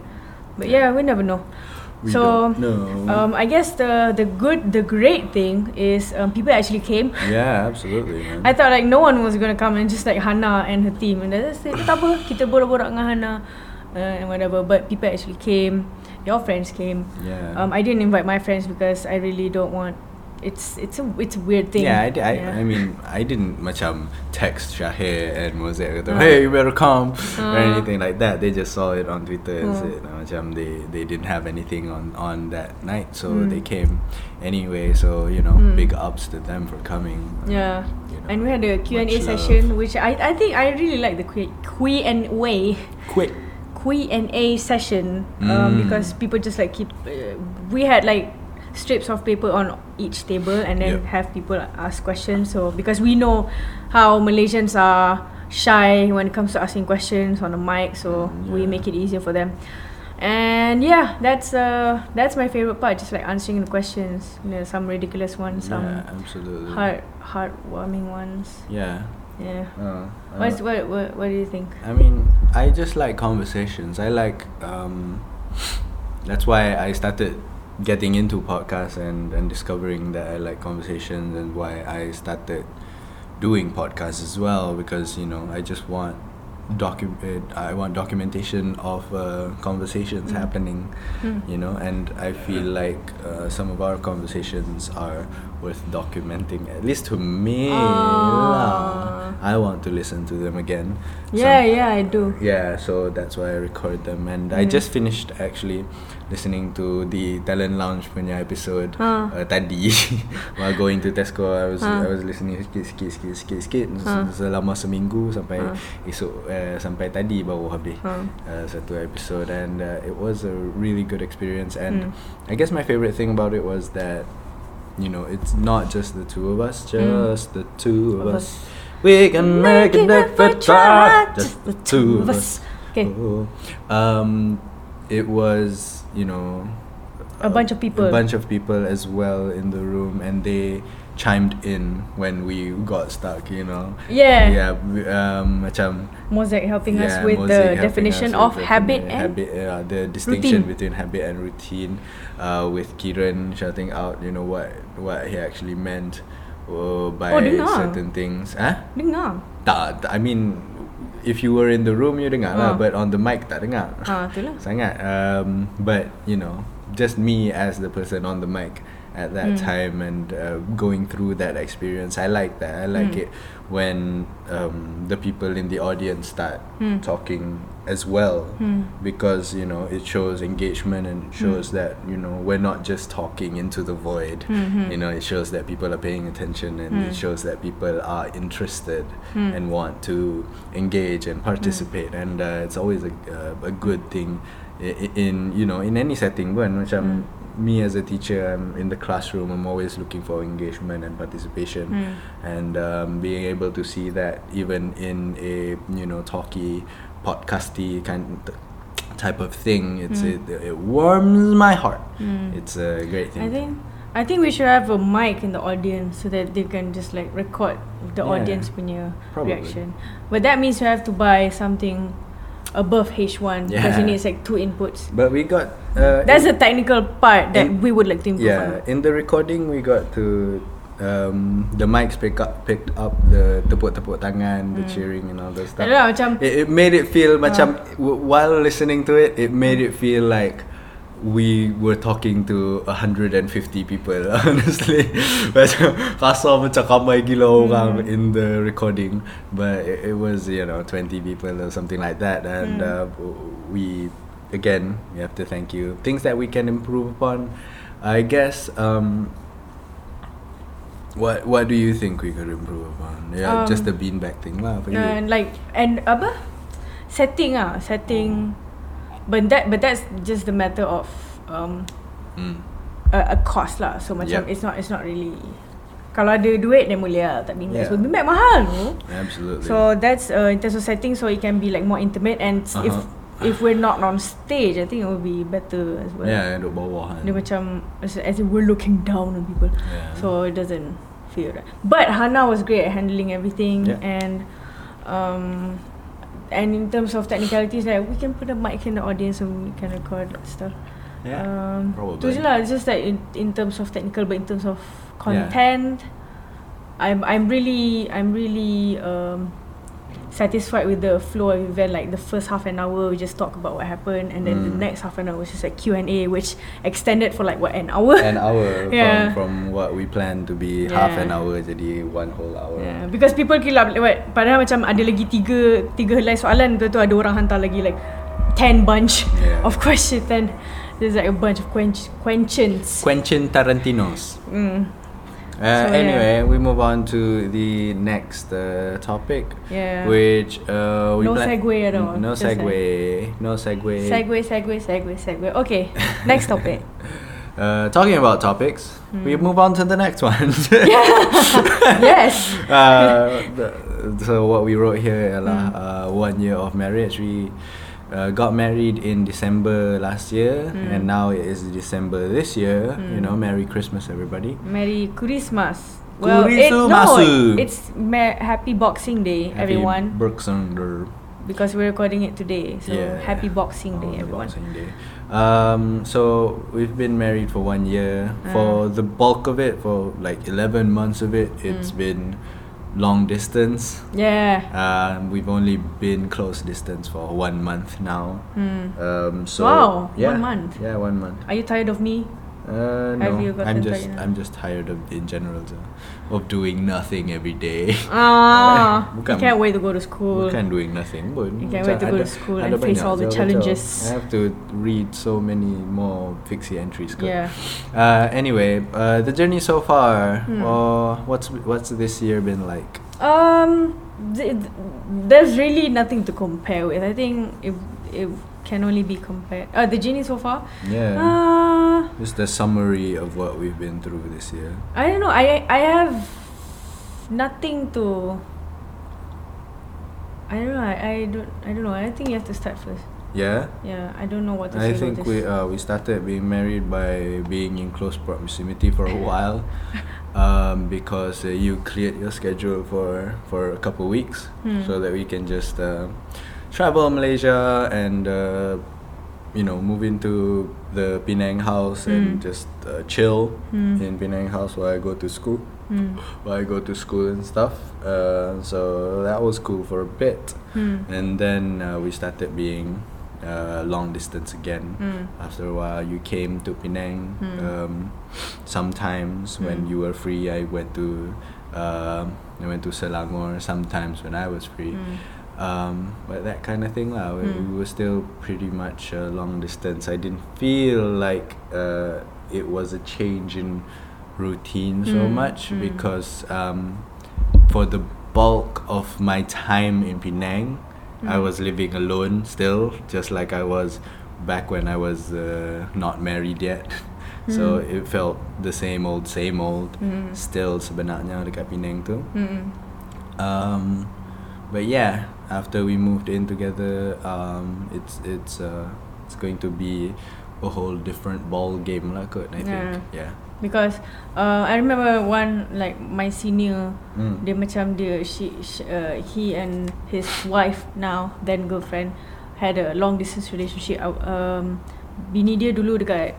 Speaker 2: But yeah, we never know.
Speaker 1: We
Speaker 2: so
Speaker 1: don't know.
Speaker 2: um I guess the the good the great thing is um, people actually came.
Speaker 1: Yeah, absolutely. Man.
Speaker 2: I thought like no one was gonna come and just like Hannah and her team and I just said tak apa kita borak-borak dengan Hannah uh, and whatever but people actually came your friends came
Speaker 1: yeah.
Speaker 2: um I didn't invite my friends because I really don't want it's it's a it's a weird thing
Speaker 1: Yeah, I, di- I,
Speaker 2: Yeah.
Speaker 1: I mean, I didn't macam text Shahir and Mosaic with them,
Speaker 2: Uh.
Speaker 1: hey, you better come, or
Speaker 2: Uh.
Speaker 1: anything like that. They just saw it on Twitter and
Speaker 2: Uh.
Speaker 1: said, nah, macam they, they didn't have anything on, on that night, so
Speaker 2: Mm.
Speaker 1: they came anyway. So, you know,
Speaker 2: Mm.
Speaker 1: big ups to them for coming. uh,
Speaker 2: Yeah.
Speaker 1: you know,
Speaker 2: And we had a Q&A
Speaker 1: much love.
Speaker 2: session which I, I think I really like the Q- Q&A
Speaker 1: Quick.
Speaker 2: Q&A session um,
Speaker 1: Mm.
Speaker 2: because people just like keep uh, we had like strips of paper on each table and then
Speaker 1: Yep.
Speaker 2: have people ask questions so because we know how Malaysians are shy when it comes to asking questions on the mic so
Speaker 1: Mm,
Speaker 2: we
Speaker 1: yeah.
Speaker 2: make it easier for them and yeah that's uh that's my favorite part just like answering the questions you know some ridiculous ones some
Speaker 1: yeah, absolutely.
Speaker 2: heart heartwarming ones.
Speaker 1: Yeah.
Speaker 2: Yeah.
Speaker 1: Uh,
Speaker 2: What's,
Speaker 1: uh,
Speaker 2: what what what do you think?
Speaker 1: I mean, I just like conversations. I like. Um, that's why I started getting into podcasts and and discovering that I like conversations and why I started doing podcasts as well because you know I just want document I want documentation of uh, conversations
Speaker 2: Mm.
Speaker 1: happening
Speaker 2: Hmm.
Speaker 1: you know and i feel like uh, some of our conversations are worth documenting at least to me lah. i
Speaker 2: Ah.
Speaker 1: want to listen to them again
Speaker 2: Yeah,
Speaker 1: Some-
Speaker 2: yeah, I do.
Speaker 1: yeah so that's why i record them and i
Speaker 2: Mm.
Speaker 1: just finished actually listening to the talent lounge punya episode
Speaker 2: Ah.
Speaker 1: uh, tadi while going to Tesco I was
Speaker 2: Ah.
Speaker 1: I was listening sikit sikit sikit sikit sikit
Speaker 2: Ah.
Speaker 1: selama seminggu sampai
Speaker 2: Ah.
Speaker 1: esok uh, sampai tadi baru habis
Speaker 2: Ah.
Speaker 1: uh, satu episode and uh, it was a really good experience and
Speaker 2: Mm.
Speaker 1: I guess my favorite thing about it was that you know it's not just the two of us
Speaker 2: Mm.
Speaker 1: just the two Hmm. of,
Speaker 2: Of
Speaker 1: us. we can make it
Speaker 2: up
Speaker 1: for try just the two of us
Speaker 2: Okay.
Speaker 1: Oh. um it was you know
Speaker 2: A bunch of people.
Speaker 1: a bunch of people as well in the room and they chimed in when we got stuck you know
Speaker 2: Yeah.
Speaker 1: yeah we- um macam
Speaker 2: Mosaic helping us with
Speaker 1: Mosaic
Speaker 2: the
Speaker 1: helping
Speaker 2: definition
Speaker 1: us
Speaker 2: of
Speaker 1: with
Speaker 2: habit
Speaker 1: defini-
Speaker 2: and
Speaker 1: habit, uh, the distinction between
Speaker 2: routine.
Speaker 1: habit and routine uh, with Kiran shouting out you know what what he actually meant uh, by
Speaker 2: Oh, dengar.
Speaker 1: certain things huh?
Speaker 2: dengar.
Speaker 1: tak tak- I mean if you were in the room you dengar lah
Speaker 2: Ah.
Speaker 1: but on the mic tak dengar
Speaker 2: Ah, itulah.
Speaker 1: sangat um, but you know just me as the person on the mic at that
Speaker 2: Mm.
Speaker 1: time and uh, going through that experience I like that I like
Speaker 2: Mm.
Speaker 1: it when um, the people in the audience start
Speaker 2: Mm.
Speaker 1: talking as well
Speaker 2: Hmm.
Speaker 1: because you know it shows engagement and it shows that you know we're not just talking into the void
Speaker 2: Mhm.
Speaker 1: you know it shows that people are paying attention and it
Speaker 2: Mm.
Speaker 1: shows that people are interested
Speaker 2: Mm.
Speaker 1: and want to engage and participate and uh, it's always a, uh, a good thing i- i- in you know in any setting when which
Speaker 2: Mm.
Speaker 1: I'm me as a teacher I'm in the classroom I'm always looking for engagement and participation
Speaker 2: Mm.
Speaker 1: and um, being able to see that even in a you know talky podcasty kind type of thing. It's
Speaker 2: Mm.
Speaker 1: it, it warms my heart.
Speaker 2: Mm.
Speaker 1: It's a great thing.
Speaker 2: I think I think we should have a mic in the audience so that they can just like record the
Speaker 1: Yeah,
Speaker 2: audience punya
Speaker 1: probably.
Speaker 2: reaction. But that means you have to buy something above H1 because
Speaker 1: Yeah.
Speaker 2: it needs like two inputs.
Speaker 1: But we got uh,
Speaker 2: That's
Speaker 1: in-
Speaker 2: the technical part that
Speaker 1: in-
Speaker 2: we would like to improve
Speaker 1: yeah. In the recording, we got to um, the mics pick up picked up the tepuk-tepuk tangan, the cheering, and all those stuff.
Speaker 2: on. I don't know, macam
Speaker 1: It, it made it feel macam w- while listening to it, it made it feel like we were talking to 150 people. Honestly, macam kasar macam ramai gila orang in the recording, but it, it was you know 20 people or something like that, and uh, w- we again we have to thank you. Things that we can improve upon, I guess. Um, what what do you think we could improve upon? Yeah,
Speaker 2: Um,
Speaker 1: just the beanbag thing lah. for you.
Speaker 2: and uh, like and apa? Setting ah, setting. But that but that's just the matter of um
Speaker 1: Mm.
Speaker 2: a, a cost lah. So macam
Speaker 1: Yep.
Speaker 2: it's not it's not really kalau ada duit then boleh lah tak
Speaker 1: Yeah.
Speaker 2: bimbang. So bimbang mahal tu.
Speaker 1: Absolutely.
Speaker 2: So that's uh, in terms of setting so it can be like more intimate and uh-huh. if
Speaker 1: Uh-huh.
Speaker 2: if we're not on stage I think it would be better as well.
Speaker 1: yeah, duduk bawah kan.
Speaker 2: Dia macam as, as if we're looking down on people.
Speaker 1: yeah.
Speaker 2: So it doesn't feel right. But Hannah was great at handling everything
Speaker 1: Yeah.
Speaker 2: and um and in terms of technicalities like we can put a mic in the audience and we can record stuff.
Speaker 1: yeah.
Speaker 2: Um, Tu
Speaker 1: probably.
Speaker 2: je lah. It's just that in, in terms of technical, but in terms of content, I'm I'm really I'm really um, satisfied with the flow of event. Like the first half an hour, we just talk about what happened, and then the
Speaker 1: Mm.
Speaker 2: next half an hour was just like Q and A, which extended for like what an hour.
Speaker 1: an hour from
Speaker 2: Yeah.
Speaker 1: from what we planned to be half an
Speaker 2: Yeah.
Speaker 1: hour jadi one whole hour.
Speaker 2: Yeah, because people kilap lewat Padahal macam ada lagi tiga Tiga helai soalan ke tu Ada orang hantar lagi like Ten bunch
Speaker 1: Yeah.
Speaker 2: of questions Then there's like a bunch of quench questions
Speaker 1: Quentin Tarantino's.
Speaker 2: mm.
Speaker 1: Uh,
Speaker 2: So,
Speaker 1: anyway, we move on to the next uh, topic,
Speaker 2: Yeah
Speaker 1: which uh, we
Speaker 2: No
Speaker 1: plan-
Speaker 2: segue at all,
Speaker 1: No
Speaker 2: just
Speaker 1: segue, no segue.
Speaker 2: Segue, segue, segue, segue. Okay, next topic. Hmm.
Speaker 1: Uh, talking about topics, we move on to the next one.
Speaker 2: yes.
Speaker 1: Uh, th- so what we wrote here ialah
Speaker 2: Mm.
Speaker 1: uh, one year of marriage. We uh, got married in December last year,
Speaker 2: Mm.
Speaker 1: and now it is December this year. You know, Merry Christmas, everybody.
Speaker 2: Merry Christmas.
Speaker 1: Kurisumasu.
Speaker 2: no, it's ma- Happy Boxing Day, everyone,
Speaker 1: Berksonder.
Speaker 2: because we're recording it today. So
Speaker 1: Yeah.
Speaker 2: Happy Boxing
Speaker 1: Oh, the
Speaker 2: Day, everyone.
Speaker 1: Boxing Day. Um, so we've been married for one year.
Speaker 2: Mm.
Speaker 1: For the bulk of it, for like eleven months of it,
Speaker 2: Mm.
Speaker 1: it's been long distance.
Speaker 2: Yeah.
Speaker 1: Um, we've only been close distance for one month now.
Speaker 2: Hmm.
Speaker 1: Um, so
Speaker 2: Wow,
Speaker 1: yeah,
Speaker 2: one month.
Speaker 1: Yeah, one month.
Speaker 2: Are you tired of me?
Speaker 1: Uh, no,
Speaker 2: Have you gotten
Speaker 1: I'm just
Speaker 2: tired?
Speaker 1: I'm just tired of in general uh, of doing nothing every day.
Speaker 2: Ah, you
Speaker 1: Bukan-
Speaker 2: can't wait to go to school.
Speaker 1: Bukan doing nothing pun.
Speaker 2: You
Speaker 1: Macam
Speaker 2: can't wait to go
Speaker 1: ada-
Speaker 2: to school
Speaker 1: ada
Speaker 2: and
Speaker 1: banyak
Speaker 2: face all the
Speaker 1: macam-
Speaker 2: challenges.
Speaker 1: macam I have to read so many more fixie entries. kot.
Speaker 2: Yeah.
Speaker 1: Uh, anyway, uh, the journey so far.
Speaker 2: Hmm.
Speaker 1: Uh, what's what's this year been like?
Speaker 2: Um, th- th- there's really nothing to compare with. I think it it can only be compared. Uh, the genie so far.
Speaker 1: Yeah.
Speaker 2: Uh,
Speaker 1: Just the summary of what we've been through this year.
Speaker 2: I don't know. I I have nothing to. I don't know. I, I don't. I don't know. I think you have to start first.
Speaker 1: Yeah.
Speaker 2: Yeah, I don't know what to say.
Speaker 1: I
Speaker 2: about
Speaker 1: think
Speaker 2: this.
Speaker 1: we uh, we started being married by being in close proximity for a while, um, because uh, you cleared your schedule for for a couple weeks
Speaker 2: Hmm.
Speaker 1: so that we can just uh, travel Malaysia and uh, you know move into the Penang house
Speaker 2: Hmm.
Speaker 1: and just uh, chill
Speaker 2: Hmm.
Speaker 1: in Penang house while I go to school
Speaker 2: Hmm.
Speaker 1: while I go to school and stuff. Uh, so that was cool for a bit.
Speaker 2: Hmm.
Speaker 1: And then uh, we started being uh, long distance again.
Speaker 2: Mm.
Speaker 1: After a while, you came to Penang.
Speaker 2: Mm.
Speaker 1: Um, sometimes
Speaker 2: Mm.
Speaker 1: when you were free, I went to um I went to Selangor. Sometimes when I was free,
Speaker 2: Mm.
Speaker 1: um, but that kind of thing lah. We,
Speaker 2: Mm.
Speaker 1: we were still pretty much uh, long distance. I didn't feel like uh, it was a change in routine so
Speaker 2: Mm,
Speaker 1: much
Speaker 2: mm.
Speaker 1: because um, for the bulk of my time in Penang, I
Speaker 2: Mm.
Speaker 1: was living alone still, just like I was back when I was uh, not married yet. So
Speaker 2: Mm.
Speaker 1: it felt the same old, same old.
Speaker 2: Mm.
Speaker 1: Still sebenarnya dekat Penang tu.
Speaker 2: Mm.
Speaker 1: Um, but yeah, after we moved in together, um, it's it's uh, it's going to be a whole different ball game lah kot, I think. Yeah.
Speaker 2: Because uh, I remember one like my senior
Speaker 1: Mm.
Speaker 2: dia macam dia she, she uh, he and his wife now then girlfriend had a long distance relationship. Uh, Um bini dia dulu dekat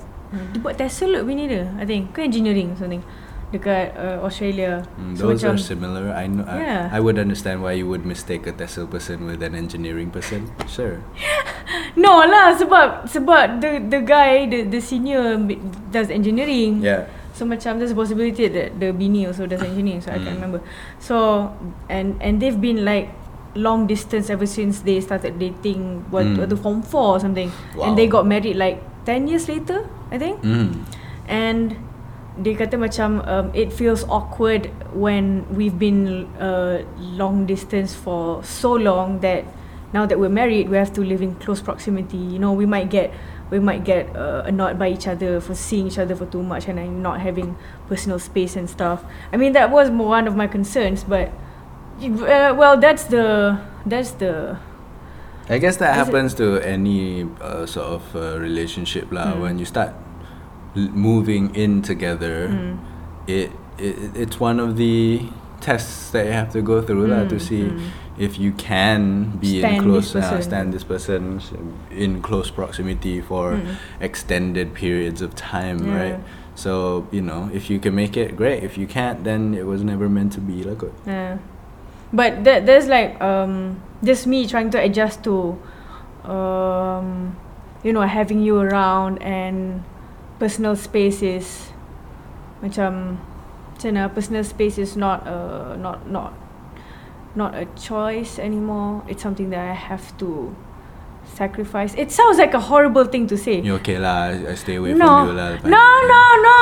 Speaker 2: dia buat Tesla kot bini dia. I think ke engineering or something dekat uh, Australia.
Speaker 1: Mm, those are similar. I know. I-
Speaker 2: Yeah.
Speaker 1: I, would understand why you would mistake a Tesla person with an engineering person. Sure.
Speaker 2: No lah sebab sebab the the guy the the senior does engineering.
Speaker 1: Yeah.
Speaker 2: So macam there's a possibility that the bini also does engineering. So I can't
Speaker 1: Mm.
Speaker 2: remember. So and and they've been like long distance ever since they started dating what
Speaker 1: Mm.
Speaker 2: mm. form four or something. And
Speaker 1: Wow.
Speaker 2: they got married like ten years later, I think.
Speaker 1: Mm.
Speaker 2: And dia kata macam um, it feels awkward when we've been uh, long distance for so long that now that we're married we have to live in close proximity you know we might get we might get uh, annoyed by each other for seeing each other for too much and uh, not having personal space and stuff i mean that was mo- one of my concerns but uh, well that's the that's the
Speaker 1: I guess that
Speaker 2: Is it-
Speaker 1: happens to any uh, sort of uh, relationship lah.
Speaker 2: Mm.
Speaker 1: When you start l- moving in together,
Speaker 2: Mm.
Speaker 1: it, it it's one of the tests that you have to go through lah to
Speaker 2: Mm,
Speaker 1: see
Speaker 2: mm.
Speaker 1: if you can be in
Speaker 2: Stand
Speaker 1: close
Speaker 2: this
Speaker 1: uh,
Speaker 2: person.
Speaker 1: stand this person s- in close proximity for
Speaker 2: Mm.
Speaker 1: extended periods of time,
Speaker 2: Yeah.
Speaker 1: right? So you know, if you can make it, great. If you can't, then it was never meant to be. Like,
Speaker 2: Yeah. But that there's like um just me trying to adjust to um you know having you around and personal space is macam macam mana, personal space is not a not not not a choice anymore. It's something that I have to sacrifice. It sounds like a horrible thing to say.
Speaker 1: you okay lah? I I stay away
Speaker 2: no.
Speaker 1: from you lah.
Speaker 2: No, no, no.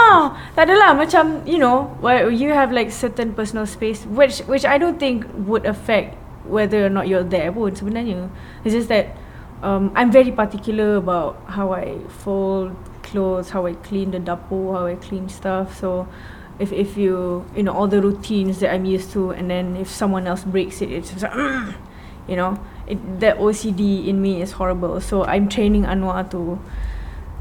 Speaker 2: Tak adalah macam you know, where you have like certain personal space which which I don't think would affect whether or not you're there pun sebenarnya. It's just that um, I'm very particular about how I fold clothes, how I clean the dapur, how I clean stuff. So if if you you know all the routines that I'm used to and then if someone else breaks it it's just like, "Mm, you know it, that OCD in me is horrible so I'm training Anwar to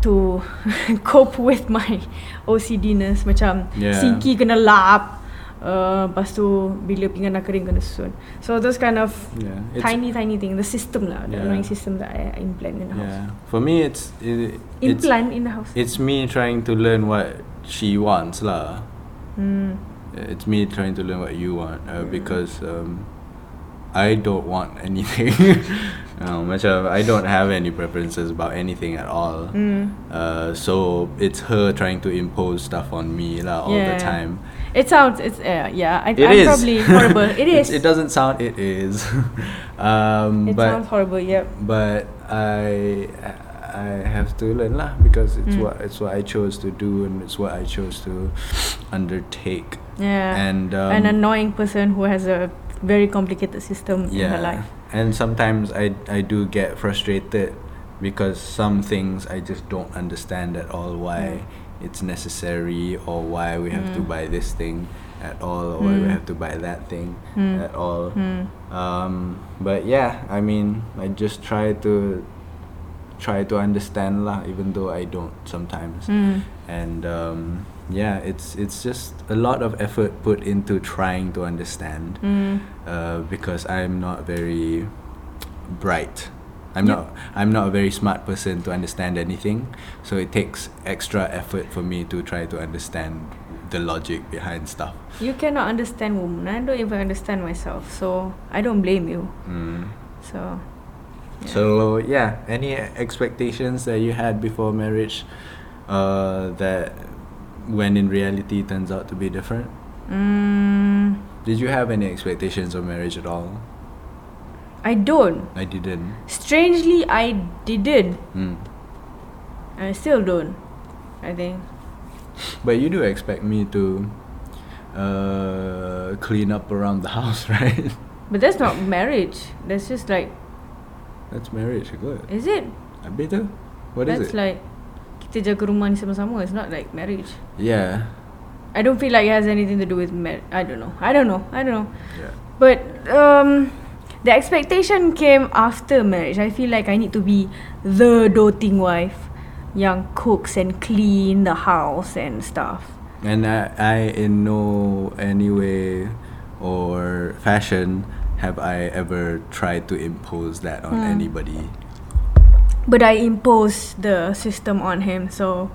Speaker 2: to cope with my OCD-ness macam
Speaker 1: Yeah.
Speaker 2: sinki kena lap uh, lepas tu bila pinggan dah kering kena susun so those kind of
Speaker 1: Yeah, it's-
Speaker 2: tiny tiny thing the system lah the
Speaker 1: Yeah.
Speaker 2: annoying system that I, I implant in the house
Speaker 1: Yeah, for me, it's it, it's
Speaker 2: implant in the house
Speaker 1: it's me trying to learn what she wants lah.
Speaker 2: hmm.
Speaker 1: It's me trying to learn what you want uh,
Speaker 2: Mm.
Speaker 1: because um, I don't want anything. um, macam I don't have any preferences about anything at all.
Speaker 2: Hmm.
Speaker 1: Uh, so it's her trying to impose stuff on me lah all the
Speaker 2: Yeah.
Speaker 1: time.
Speaker 2: it sounds it's uh, yeah I,
Speaker 1: It
Speaker 2: I'm
Speaker 1: is.
Speaker 2: probably horrible it
Speaker 1: It's- It
Speaker 2: is
Speaker 1: doesn't sound. It is. um,
Speaker 2: it
Speaker 1: but
Speaker 2: sounds horrible yep
Speaker 1: but I I have to learn lah because it's
Speaker 2: Mm.
Speaker 1: what it's what I chose to do and it's what I chose to undertake.
Speaker 2: Yeah.
Speaker 1: And, um,
Speaker 2: an annoying person who has a very complicated system in her
Speaker 1: Yeah.
Speaker 2: life.
Speaker 1: And sometimes I I do get frustrated because some things I just don't understand at all why it's necessary or why we have to
Speaker 2: Mm.
Speaker 1: buy this thing at all or why we
Speaker 2: Mm.
Speaker 1: have to buy that thing
Speaker 2: Mm.
Speaker 1: at all.
Speaker 2: Hmm.
Speaker 1: Um, but yeah, I mean, I just try to try to understand lah, even though I don't sometimes.
Speaker 2: Hmm.
Speaker 1: And um, yeah, it's it's just a lot of effort put into trying to understand
Speaker 2: Hmm.
Speaker 1: uh, because I'm not very bright. I'm
Speaker 2: Yeah.
Speaker 1: not I'm not a very smart person to understand anything, so it takes extra effort for me to try to understand the logic behind stuff.
Speaker 2: You cannot understand women. I don't even understand myself, so I don't blame you.
Speaker 1: Mm.
Speaker 2: So. yeah.
Speaker 1: So yeah, any expectations that you had before marriage, uh, that when in reality turns out to be different?
Speaker 2: Hmm.
Speaker 1: Did you have any expectations of marriage at all?
Speaker 2: I don't.
Speaker 1: I didn't.
Speaker 2: Strangely, I didn't.
Speaker 1: Mm.
Speaker 2: I still don't. I think.
Speaker 1: But you do expect me to uh, clean up around the house, right?
Speaker 2: But that's not marriage. That's just like,
Speaker 1: That's marriage, good.
Speaker 2: is it?
Speaker 1: A bit too. What is
Speaker 2: that's
Speaker 1: it?
Speaker 2: like kita jaga rumah ni sama-sama. It's not like marriage.
Speaker 1: yeah.
Speaker 2: I don't feel like it has anything to do with mar- I don't know. I don't know. I don't know.
Speaker 1: Yeah.
Speaker 2: But um The expectation came after marriage. I feel like I need to be the doting wife, yang cooks and clean the house and stuff.
Speaker 1: And I, I in no any way or fashion have I ever tried to impose that on anybody.
Speaker 2: But I imposed the system on him, so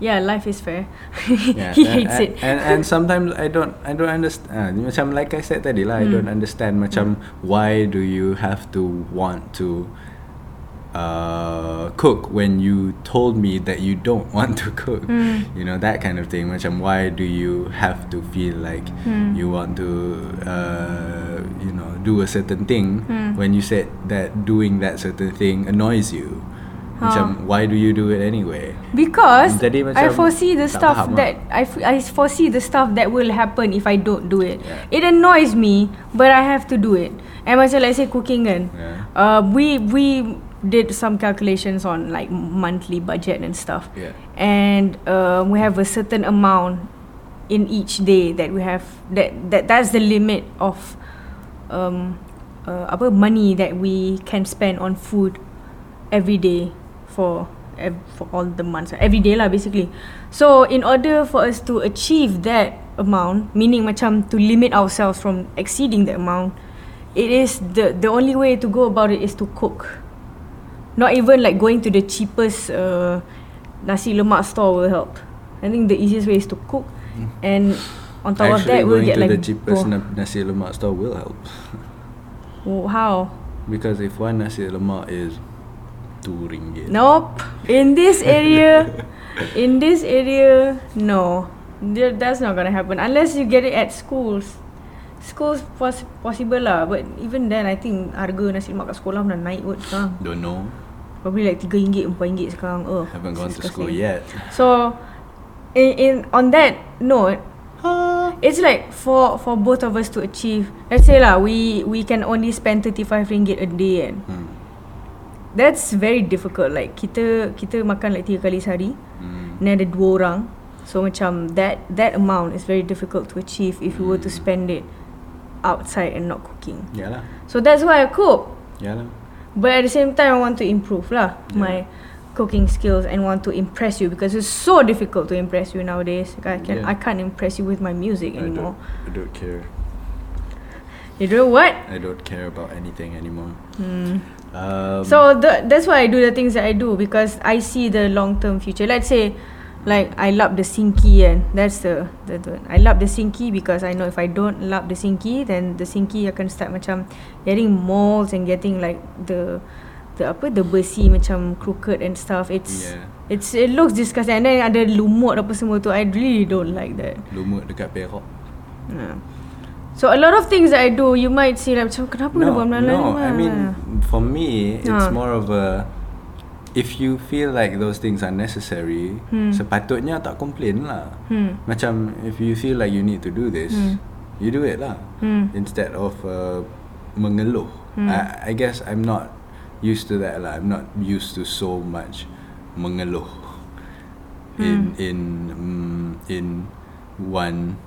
Speaker 2: yeah, life is fair. he
Speaker 1: and,
Speaker 2: hates
Speaker 1: and,
Speaker 2: it.
Speaker 1: And, and sometimes I don't I don't understand. Uh, macam like I said tadi
Speaker 2: Hmm.
Speaker 1: lah, I don't understand macam why do you have to want to uh, cook when you told me that you don't want to cook.
Speaker 2: Hmm.
Speaker 1: You know that kind of thing. Macam why do you have to feel like
Speaker 2: Hmm.
Speaker 1: you want to uh, you know do a certain thing
Speaker 2: Hmm.
Speaker 1: when you said that doing that certain thing annoys you. Macam why do you do it anyway?
Speaker 2: Because
Speaker 1: Jadi
Speaker 2: I
Speaker 1: macam
Speaker 2: foresee the
Speaker 1: tak
Speaker 2: stuff
Speaker 1: faham
Speaker 2: that I, f- I foresee the stuff that will happen if I don't do it.
Speaker 1: Yeah.
Speaker 2: It annoys me, but I have to do it. And macam let's say cooking kan.
Speaker 1: Yeah.
Speaker 2: Uh, we we did some calculations on like monthly budget and stuff.
Speaker 1: Yeah.
Speaker 2: And um, we have a certain amount in each day that we have that that that's the limit of um uh, apa money that we can spend on food every day for ev- for all the months every day lah basically so in order for us to achieve that amount meaning macam to limit ourselves from exceeding that amount it is the the only way to go about it is to cook not even like going to the cheapest uh, nasi lemak store will help i think the easiest way is to cook and on top of
Speaker 1: Hmm. Actually,
Speaker 2: that we'll
Speaker 1: going
Speaker 2: get
Speaker 1: to
Speaker 2: like
Speaker 1: the cheapest
Speaker 2: bo-
Speaker 1: na- nasi lemak store will help
Speaker 2: Oh, how
Speaker 1: because if one nasi lemak is two ringgit,
Speaker 2: Nope. In this area, in this area, no. There, that's not gonna happen unless you get it at schools. Schools pos- possible lah, but even then I think harga nasi lemak kat sekolah pun dah naik kot sekarang.
Speaker 1: don't know,
Speaker 2: Probably like tiga ringgit, empat ringgit sekarang. Oh,
Speaker 1: haven't
Speaker 2: it's
Speaker 1: gone to school yet.
Speaker 2: disgusting. So, in, in on that note, it's like for for both of us to achieve. Let's say lah, we we can only spend thirty five ringgit a day kan.
Speaker 1: Hmm.
Speaker 2: That's very difficult. Like kita kita makan like tiga kali sehari.
Speaker 1: Hmm.
Speaker 2: Then ada dua orang. So macam that that amount is very difficult to achieve if you were to spend it outside and not cooking.
Speaker 1: Yeah lah,
Speaker 2: So that's why I cook.
Speaker 1: yeah lah.
Speaker 2: But at the same time, I want to improve lah
Speaker 1: Yeah.
Speaker 2: my cooking skills and want to impress you because it's so difficult to impress you nowadays. Like I can
Speaker 1: Yeah.
Speaker 2: I can't impress you with my music
Speaker 1: I don't,
Speaker 2: anymore.
Speaker 1: I don't care.
Speaker 2: You know what? Hmm.
Speaker 1: I don't care about anything anymore. Um,
Speaker 2: So the, that's why I do the things that I do because I see the long term future. Let's say, like I lap the sinki and that's the, the, the I lap the sinki because I know if I don't lap the sinki, then the sinki akan start macam getting molds and getting like the the apa the besi macam crooked and stuff. It's
Speaker 1: Yeah.
Speaker 2: it's it looks disgusting. And then ada lumut apa semua tu. I really don't like that.
Speaker 1: lumut dekat Perak.
Speaker 2: Yeah. So a lot of things that I do, you might see like macam kenapa kena buat lah.
Speaker 1: No,
Speaker 2: Melayu?
Speaker 1: no. I mean, for me, it's
Speaker 2: Ah.
Speaker 1: more of a. If you feel like those things are necessary,
Speaker 2: Hmm.
Speaker 1: sepatutnya tak complain lah.
Speaker 2: hmm.
Speaker 1: Macam if you feel like you need to do this,
Speaker 2: Hmm.
Speaker 1: you do it lah.
Speaker 2: Hmm.
Speaker 1: Instead of uh, mengeluh. I, I guess I'm not used to that lah. I'm not used to so much mengeluh in in mm, in one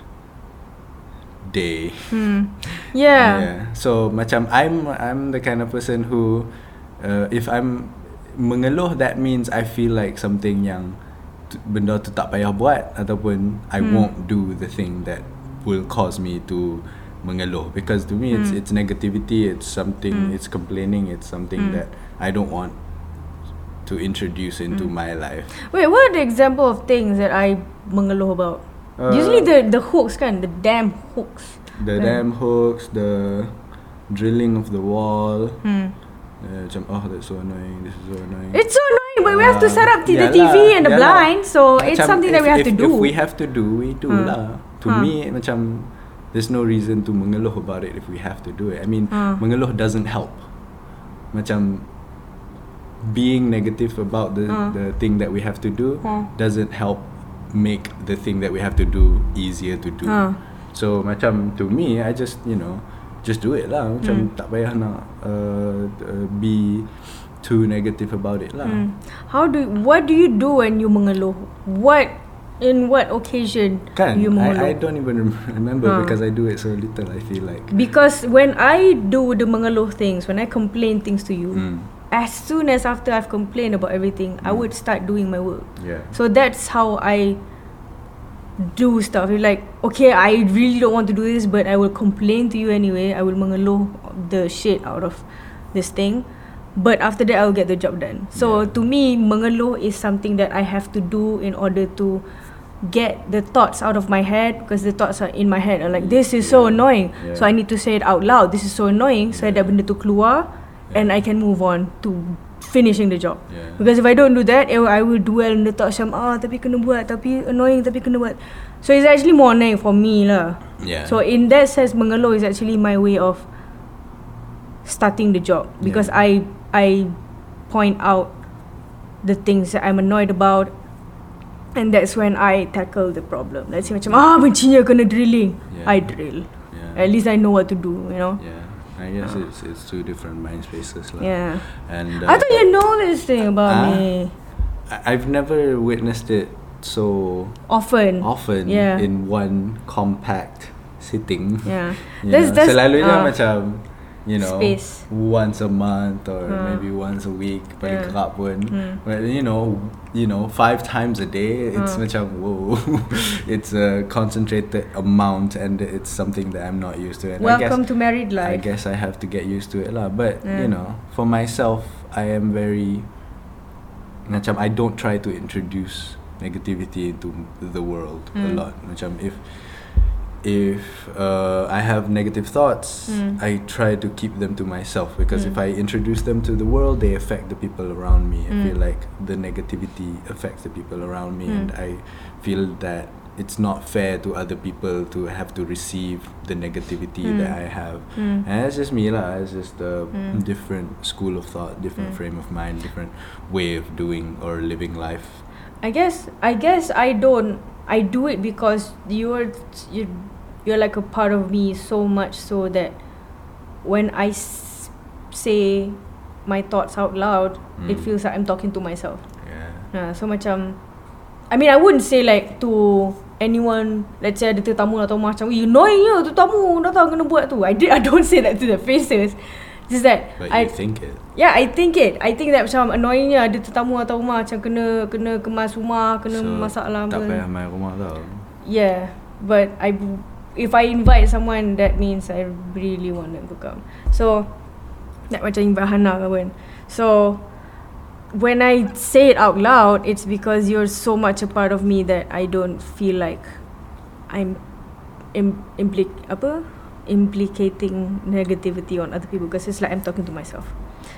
Speaker 1: day.
Speaker 2: Hmm. Yeah.
Speaker 1: So macam I'm I'm the kind of person who uh, if I'm mengeluh that means I feel like something yang tu- benda tu tak payah buat ataupun I
Speaker 2: Hmm.
Speaker 1: won't do the thing that will cause me to mengeluh because to me
Speaker 2: Hmm.
Speaker 1: it's it's negativity it's something it's complaining it's
Speaker 2: Hmm.
Speaker 1: something that I don't want to introduce into
Speaker 2: Hmm.
Speaker 1: my life.
Speaker 2: Wait, what are the example of things that I mengeluh about?
Speaker 1: Uh,
Speaker 2: Usually the the hooks kan, the damn hooks.
Speaker 1: The
Speaker 2: Right.
Speaker 1: damn hooks, the drilling of the wall.
Speaker 2: Hmm.
Speaker 1: Uh, macam oh that's so annoying. This is so annoying.
Speaker 2: It's so annoying, but we have to
Speaker 1: Yeah.
Speaker 2: set up
Speaker 1: Uh,
Speaker 2: the, the
Speaker 1: Yeah
Speaker 2: TV
Speaker 1: lah,
Speaker 2: and the
Speaker 1: yeah lah.
Speaker 2: blind, so it's
Speaker 1: Macam
Speaker 2: something that we
Speaker 1: if-
Speaker 2: have to
Speaker 1: if-
Speaker 2: do.
Speaker 1: If we have to do, we do
Speaker 2: Ha.
Speaker 1: lah. To
Speaker 2: Ha.
Speaker 1: me, macam there's no reason to mengeluh about it if we have to do it. I mean,
Speaker 2: Ha.
Speaker 1: mengeluh doesn't help. Macam being negative about the
Speaker 2: Ha.
Speaker 1: the thing that we have to do
Speaker 2: Ha.
Speaker 1: doesn't help make the thing that we have to do easier to do.
Speaker 2: Ha.
Speaker 1: So macam to me, I just you know just do it lah.
Speaker 2: Hmm.
Speaker 1: Macam tak payah nak uh, uh, be
Speaker 2: Hmm.
Speaker 1: too negative about it lah.
Speaker 2: How do what do you do when you mengeluh? What in what occasion
Speaker 1: Kan?
Speaker 2: you molor?
Speaker 1: I, I don't even rem- remember
Speaker 2: Ah.
Speaker 1: because I do it so little, I feel like.
Speaker 2: Because when I do the mengeluh things, when I complain things to you,
Speaker 1: Mm.
Speaker 2: as soon as after I've complained about everything, I
Speaker 1: Mm.
Speaker 2: would start doing my work.
Speaker 1: Yeah.
Speaker 2: So that's how I do stuff. You're like, okay, I really don't want to do this, but I will complain to you anyway. I will mengeluh the shit out of this thing. But after that, I'll get the job done. So
Speaker 1: Yeah.
Speaker 2: to me, mengeluh is something that I have to do in order to get the thoughts out of my head because the thoughts are in my head. I'm like, this is so
Speaker 1: Yeah.
Speaker 2: annoying. So
Speaker 1: Yeah.
Speaker 2: I need to say it out loud. This is so annoying. So
Speaker 1: Yeah.
Speaker 2: that benda tu keluar and I can move on to finishing the job.
Speaker 1: Yeah.
Speaker 2: Because if I don't do that, eh, I will, I will dwell in the thought macam ah tapi kena buat, tapi annoying, tapi kena buat. So it's actually more annoying for me lah.
Speaker 1: Yeah.
Speaker 2: So in that sense, mengeluh is actually my way of starting the job because I I point out the things that I'm annoyed about and that's when I tackle the problem. Let's say macam ah bencinya kena drilling.
Speaker 1: Yeah.
Speaker 2: I drill.
Speaker 1: yeah.
Speaker 2: At least I know what to do, you know.
Speaker 1: Yeah. I guess it's it's two different mind spaces. lah.
Speaker 2: Yeah.
Speaker 1: And
Speaker 2: I thought you know this thing about
Speaker 1: Ah.
Speaker 2: me.
Speaker 1: I- I've never witnessed it so
Speaker 2: Often.
Speaker 1: often
Speaker 2: Yeah.
Speaker 1: in one compact sitting.
Speaker 2: Yeah.
Speaker 1: You
Speaker 2: That's-
Speaker 1: know,
Speaker 2: that's,
Speaker 1: Selalunya
Speaker 2: ah,
Speaker 1: macam You know
Speaker 2: space.
Speaker 1: Once a month Or
Speaker 2: Ah.
Speaker 1: maybe once a week Paling
Speaker 2: Yeah.
Speaker 1: kerap pun
Speaker 2: Hmm.
Speaker 1: But you know You know Five times a day It's
Speaker 2: Ah.
Speaker 1: macam Whoa It's a concentrated amount And it's something that I'm not used to And I guess
Speaker 2: Welcome to married
Speaker 1: I
Speaker 2: life.
Speaker 1: guess I have to get used to it lah. But you
Speaker 2: Yeah.
Speaker 1: know, for myself, I am very macam I don't try to introduce negativity into the world a
Speaker 2: Mm.
Speaker 1: lot. Macam if if uh, I have negative thoughts,
Speaker 2: Mm.
Speaker 1: I try to keep them to myself because if
Speaker 2: Mm.
Speaker 1: I introduce them to the world, they affect the people around me. I
Speaker 2: Mm.
Speaker 1: feel like the negativity affects the people around me,
Speaker 2: Mm.
Speaker 1: and I feel that it's not fair to other people to have to receive the negativity that
Speaker 2: Mm.
Speaker 1: I have.
Speaker 2: Mm.
Speaker 1: And that's just me lah. It's just a
Speaker 2: Mm.
Speaker 1: different school of thought, different
Speaker 2: Mm.
Speaker 1: frame of mind, different way of doing or living life.
Speaker 2: I guess I guess I don't I do it because you're you you're like a part of me so much so that when I s- say my thoughts out loud it
Speaker 1: Mm.
Speaker 2: feels like I'm talking to myself.
Speaker 1: Yeah.
Speaker 2: Yeah, so macam I mean I wouldn't say like to anyone let's say ada tetamu atau macam you annoying you tu tamu datang kena buat tu. I did, I don't say that to their faces. Just that
Speaker 1: But you
Speaker 2: I
Speaker 1: think it.
Speaker 2: Yeah, I think it. I think that macam annoyingnya ada tetamu atau rumah macam kena kena kemas rumah, kena so, masak lah.
Speaker 1: tak
Speaker 2: apa.
Speaker 1: payah main rumah tau.
Speaker 2: Yeah, but I if I invite someone that means I really want them to come. So like macam Ibrahana ke kan. So when I say it out loud, it's because you're so much a part of me that I don't feel like I'm im- implic apa implicating negativity on other people because it's like I'm talking to myself.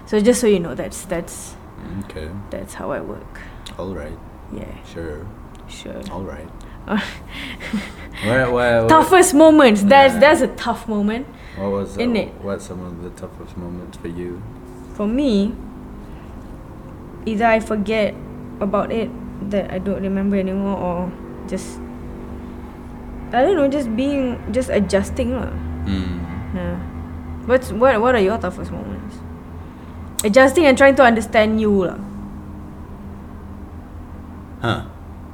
Speaker 2: So just so you know, that's that's
Speaker 1: Mm, Okay.
Speaker 2: that's how I work.
Speaker 1: All right.
Speaker 2: Yeah,
Speaker 1: Sure.
Speaker 2: sure.
Speaker 1: All right. Where, where, what-
Speaker 2: Toughest moments. That's
Speaker 1: Oh. Yeah.
Speaker 2: that's a tough moment.
Speaker 1: What was uh,
Speaker 2: innit.
Speaker 1: What's some of the toughest moments for you?
Speaker 2: For me, either I forget about it that I don't remember anymore, or just I don't know, just being just adjusting lah.
Speaker 1: Mm.
Speaker 2: Yeah. What's what? What are your toughest moments? Adjusting and trying to understand you lah.
Speaker 1: Huh.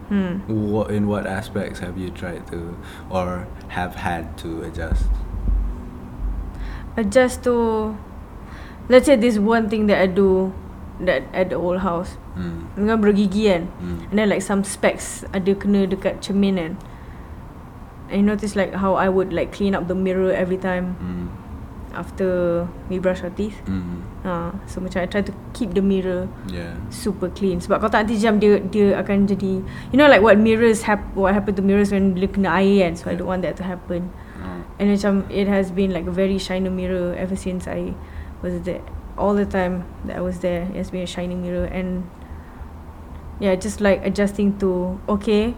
Speaker 2: Hmm.
Speaker 1: What, in what aspects have you tried to or have had to adjust?
Speaker 2: Adjust to, let's say this one thing that I do, that at the old house.
Speaker 1: Mm.
Speaker 2: Dengan bergigi kan.
Speaker 1: Mm.
Speaker 2: And then like some specks ada kena dekat cermin kan. I notice like how I would like clean up the mirror every time
Speaker 1: Mm.
Speaker 2: after we brush our teeth.
Speaker 1: Mm.
Speaker 2: Ha, so macam I try to keep the mirror
Speaker 1: Yeah.
Speaker 2: super clean sebab kalau tak nanti jam dia dia akan jadi you know like what mirrors hap what happen to mirrors when bila kena air kan so I
Speaker 1: Yeah.
Speaker 2: don't want that to happen
Speaker 1: Mm.
Speaker 2: and macam it has been like a very shiny mirror ever since I was there all the time that I was there it has been a shining mirror and yeah just like adjusting to okay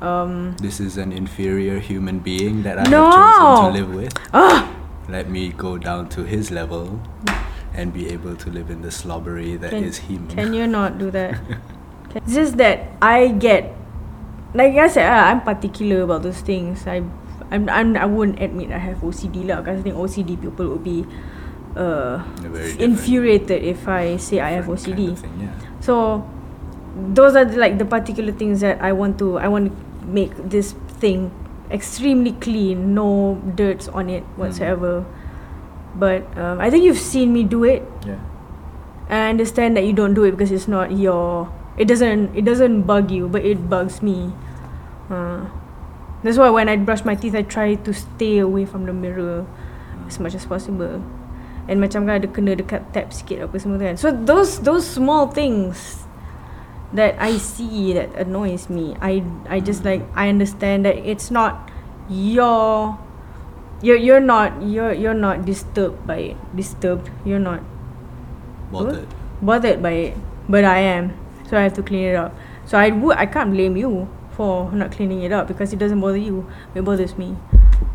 Speaker 2: um
Speaker 1: This is an inferior human being that I have
Speaker 2: No!
Speaker 1: chosen to live with.
Speaker 2: ah
Speaker 1: Let me go down to his level and be able to live in the slobbery that
Speaker 2: Can-
Speaker 1: is him.
Speaker 2: Can you not do that? Can- It's just that I get, like I said, ah, I'm particular about those things. I, I'm, I'm, I won't admit I have OCD lah. Because I think OCD people would be, uh,
Speaker 1: They're very different-
Speaker 2: infuriated if I say I have
Speaker 1: different kind
Speaker 2: OCD.
Speaker 1: of thing, yeah.
Speaker 2: So, those are the, like the particular things that I want to I want to make this thing extremely clean, no dirt on it whatsoever. But um, I think you've seen me do it,
Speaker 1: Yeah.
Speaker 2: and I understand that you don't do it because it's not your. It doesn't. It doesn't bug you, but it bugs me. Uh, that's why when I brush my teeth, I try to stay away from the mirror as much as possible. And macam kan ada kena dekat tap sikit apa semua tu kan. So those those small things that I see that annoys me. I I just like I understand that it's not your you're you're not you're you're not disturbed by it. Disturbed. You're not
Speaker 1: Bothered.
Speaker 2: bothered by it. But I am. So I have to clean it up. So I would I can't blame you for not cleaning it up because it doesn't bother you. It bothers me.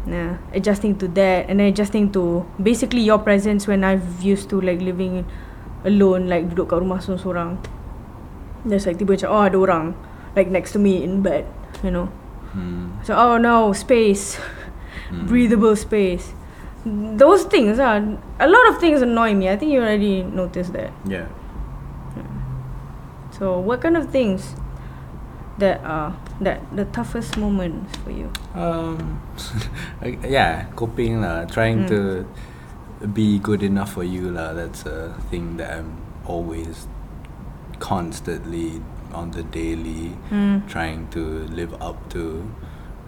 Speaker 2: Nah. Adjusting to that and then adjusting to basically your presence when I've used to like living alone, like duduk kat rumah seorang-seorang. There's like tiba macam oh ada orang like next to me in bed, you know.
Speaker 1: Hmm.
Speaker 2: So oh no, space,
Speaker 1: Mm.
Speaker 2: breathable space. Those things are a lot of things annoy me. I think you already noticed that.
Speaker 1: Yeah.
Speaker 2: So what kind of things that are that the toughest moments for you?
Speaker 1: Um, I- yeah, coping lah. Trying
Speaker 2: Mm.
Speaker 1: to be good enough for you lah. That's a thing that I'm always constantly on the daily
Speaker 2: Mm.
Speaker 1: trying to live up to.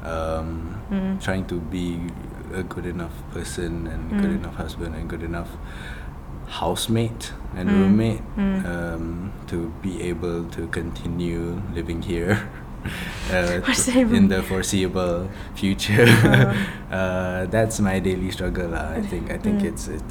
Speaker 1: Um,
Speaker 2: Mm.
Speaker 1: Trying to be a good enough person and good
Speaker 2: Mm.
Speaker 1: enough husband and good enough housemate and
Speaker 2: Mm.
Speaker 1: roommate
Speaker 2: Mm.
Speaker 1: um, to be able to continue living here uh,
Speaker 2: What's
Speaker 1: to-
Speaker 2: that
Speaker 1: in
Speaker 2: even?
Speaker 1: the foreseeable future.
Speaker 2: Uh-huh.
Speaker 1: uh, that's my daily struggle. lah. I think I think
Speaker 2: Mm.
Speaker 1: it's it,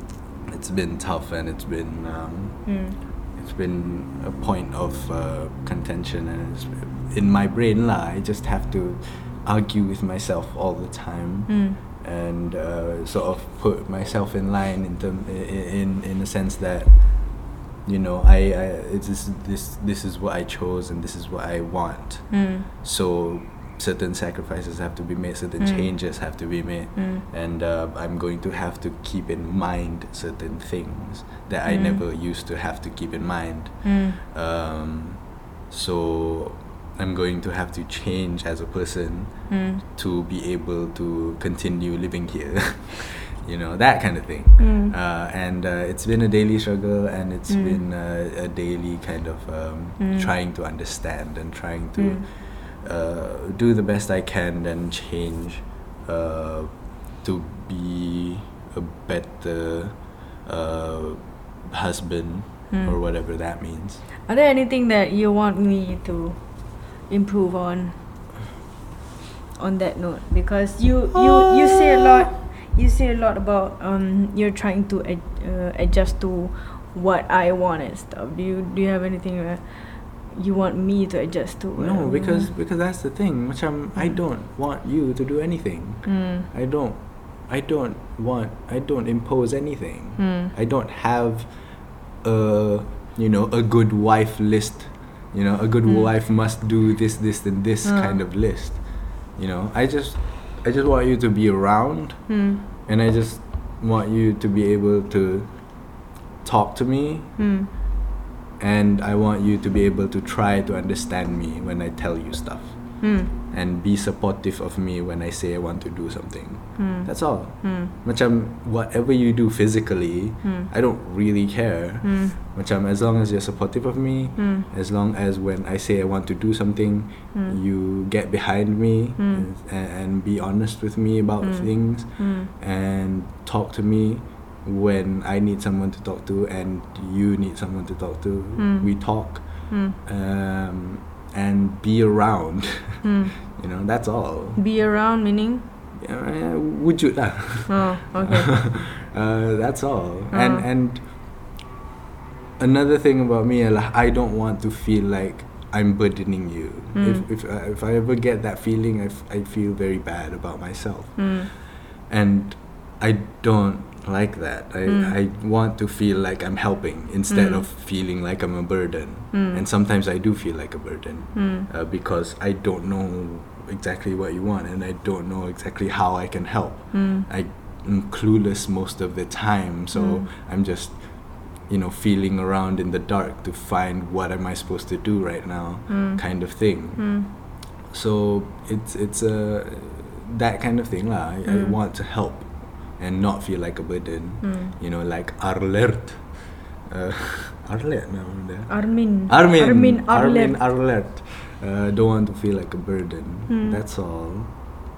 Speaker 1: it's been tough and it's been um,
Speaker 2: Mm.
Speaker 1: it's been a point of uh, contention and it's in my brain lah. I just have to argue with myself all the time
Speaker 2: Mm.
Speaker 1: and uh, sort of put myself in line in term i- i- in in the sense that you know I, I it's this this this is what I chose and this is what I want.
Speaker 2: Mm.
Speaker 1: So certain sacrifices have to be made, certain
Speaker 2: Mm.
Speaker 1: changes have to be made,
Speaker 2: Mm.
Speaker 1: and uh, I'm going to have to keep in mind certain things that I
Speaker 2: Mm.
Speaker 1: never used to have to keep in mind.
Speaker 2: Mm.
Speaker 1: Um, so I'm going to have to change as a person
Speaker 2: Mm.
Speaker 1: to be able to continue living here. you know, that kind of thing.
Speaker 2: Mm.
Speaker 1: Uh, and uh, it's been a daily struggle and it's
Speaker 2: Mm.
Speaker 1: been uh, a daily kind of um,
Speaker 2: Mm.
Speaker 1: trying to understand and trying to
Speaker 2: Mm.
Speaker 1: uh, do the best I can and change uh, to be a better uh, husband
Speaker 2: Mm.
Speaker 1: or whatever that means.
Speaker 2: Are there anything that you want me to improve on? On that note, because you you you say a lot, you say a lot about um you're trying to ad, uh, adjust to what I want and stuff. Do you do you have anything that you want me to adjust to? Um,
Speaker 1: No, because because that's the thing. Macam I
Speaker 2: Mm.
Speaker 1: don't want you to do anything.
Speaker 2: Mm.
Speaker 1: I don't I don't want I don't impose anything.
Speaker 2: Mm.
Speaker 1: I don't have a you know a good wife list. You know, a good
Speaker 2: Mm.
Speaker 1: wife must do this this and this
Speaker 2: Uh.
Speaker 1: kind of list. You know, I just I just want you to be around
Speaker 2: Mm.
Speaker 1: and I just want you to be able to talk to me
Speaker 2: Mm.
Speaker 1: and I want you to be able to try to understand me when I tell you stuff
Speaker 2: Mm.
Speaker 1: and be supportive of me when I say I want to do something.
Speaker 2: Mm.
Speaker 1: That's all.
Speaker 2: Mm.
Speaker 1: Macam whatever you do physically,
Speaker 2: Mm.
Speaker 1: I don't really care.
Speaker 2: Mm.
Speaker 1: Macam as long as you're supportive of me,
Speaker 2: Mm.
Speaker 1: as long as when I say I want to do something,
Speaker 2: Mm.
Speaker 1: you get behind me
Speaker 2: Mm.
Speaker 1: and, and be honest with me about
Speaker 2: Mm.
Speaker 1: things
Speaker 2: Mm.
Speaker 1: and talk to me when I need someone to talk to and you need someone to talk to.
Speaker 2: Mm.
Speaker 1: We talk
Speaker 2: Mm.
Speaker 1: um, and be around.
Speaker 2: Mm.
Speaker 1: you know, that's all.
Speaker 2: Be around meaning?
Speaker 1: Uh, wujud lah.
Speaker 2: Oh, okay.
Speaker 1: uh, that's all. And
Speaker 2: Uh-huh.
Speaker 1: and another thing about me ialah I don't want to feel like I'm burdening you.
Speaker 2: Mm.
Speaker 1: If if I if I ever get that feeling, I, f- I feel very bad about myself,
Speaker 2: Mm.
Speaker 1: and I don't like that. I
Speaker 2: Mm.
Speaker 1: I want to feel like I'm helping instead of
Speaker 2: Mm.
Speaker 1: feeling like I'm a burden.
Speaker 2: Mm.
Speaker 1: And sometimes I do feel like a burden
Speaker 2: Mm.
Speaker 1: uh, because I don't know exactly what you want and I don't know exactly how I can help.
Speaker 2: Mm.
Speaker 1: I am clueless most of the time, so
Speaker 2: Mm.
Speaker 1: I'm just you know feeling around in the dark to find what am I supposed to do right now
Speaker 2: Mm.
Speaker 1: kind of thing.
Speaker 2: Mm.
Speaker 1: So it's it's a that kind of thing lah. I, I
Speaker 2: Mm.
Speaker 1: want to help and not feel like a burden.
Speaker 2: Mm.
Speaker 1: You know, like Arlert. Uh, Arlert namanya.
Speaker 2: Armin.
Speaker 1: Armin.
Speaker 2: Armin
Speaker 1: Armin
Speaker 2: Arlet.
Speaker 1: Arlet. Uh, don't want to feel like a burden.
Speaker 2: Hmm.
Speaker 1: That's all.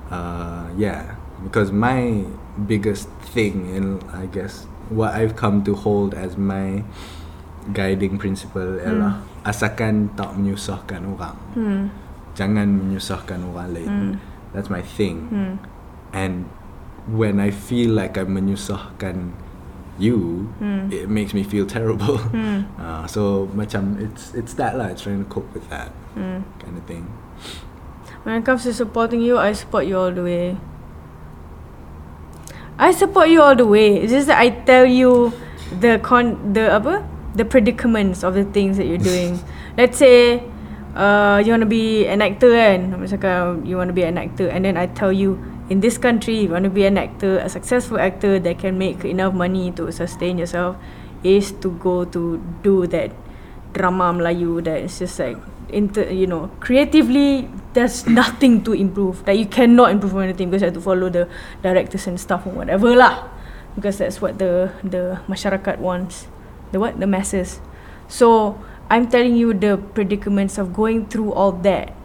Speaker 1: Uh, yeah, because my biggest thing, and I guess what I've come to hold as my guiding principle ialah asalkan tak menyusahkan orang.
Speaker 2: Hmm.
Speaker 1: Jangan menyusahkan orang lain.
Speaker 2: Hmm.
Speaker 1: That's my thing.
Speaker 2: Hmm.
Speaker 1: And when I feel like I'm menyusahkan you,
Speaker 2: Hmm.
Speaker 1: it makes me feel terrible.
Speaker 2: Hmm.
Speaker 1: Uh, so macam it's it's that lah, trying to cope with that
Speaker 2: Hmm.
Speaker 1: kind of thing.
Speaker 2: When it comes to supporting you, I support you all the way. I support you all the way. It's just that I tell you the con the apa the predicaments of the things that you're doing. Let's say uh, you want to be an actor kan. Aku cakap you want to be an actor and then I tell you in this country if you want to be an actor, a successful actor that can make enough money to sustain yourself is to go to do that drama Melayu that is just like inter, you know creatively there's nothing to improve like you cannot improve on anything because you have to follow the directors and stuff or whatever lah because that's what the the masyarakat wants the what the masses so I'm telling you the predicaments of going through all that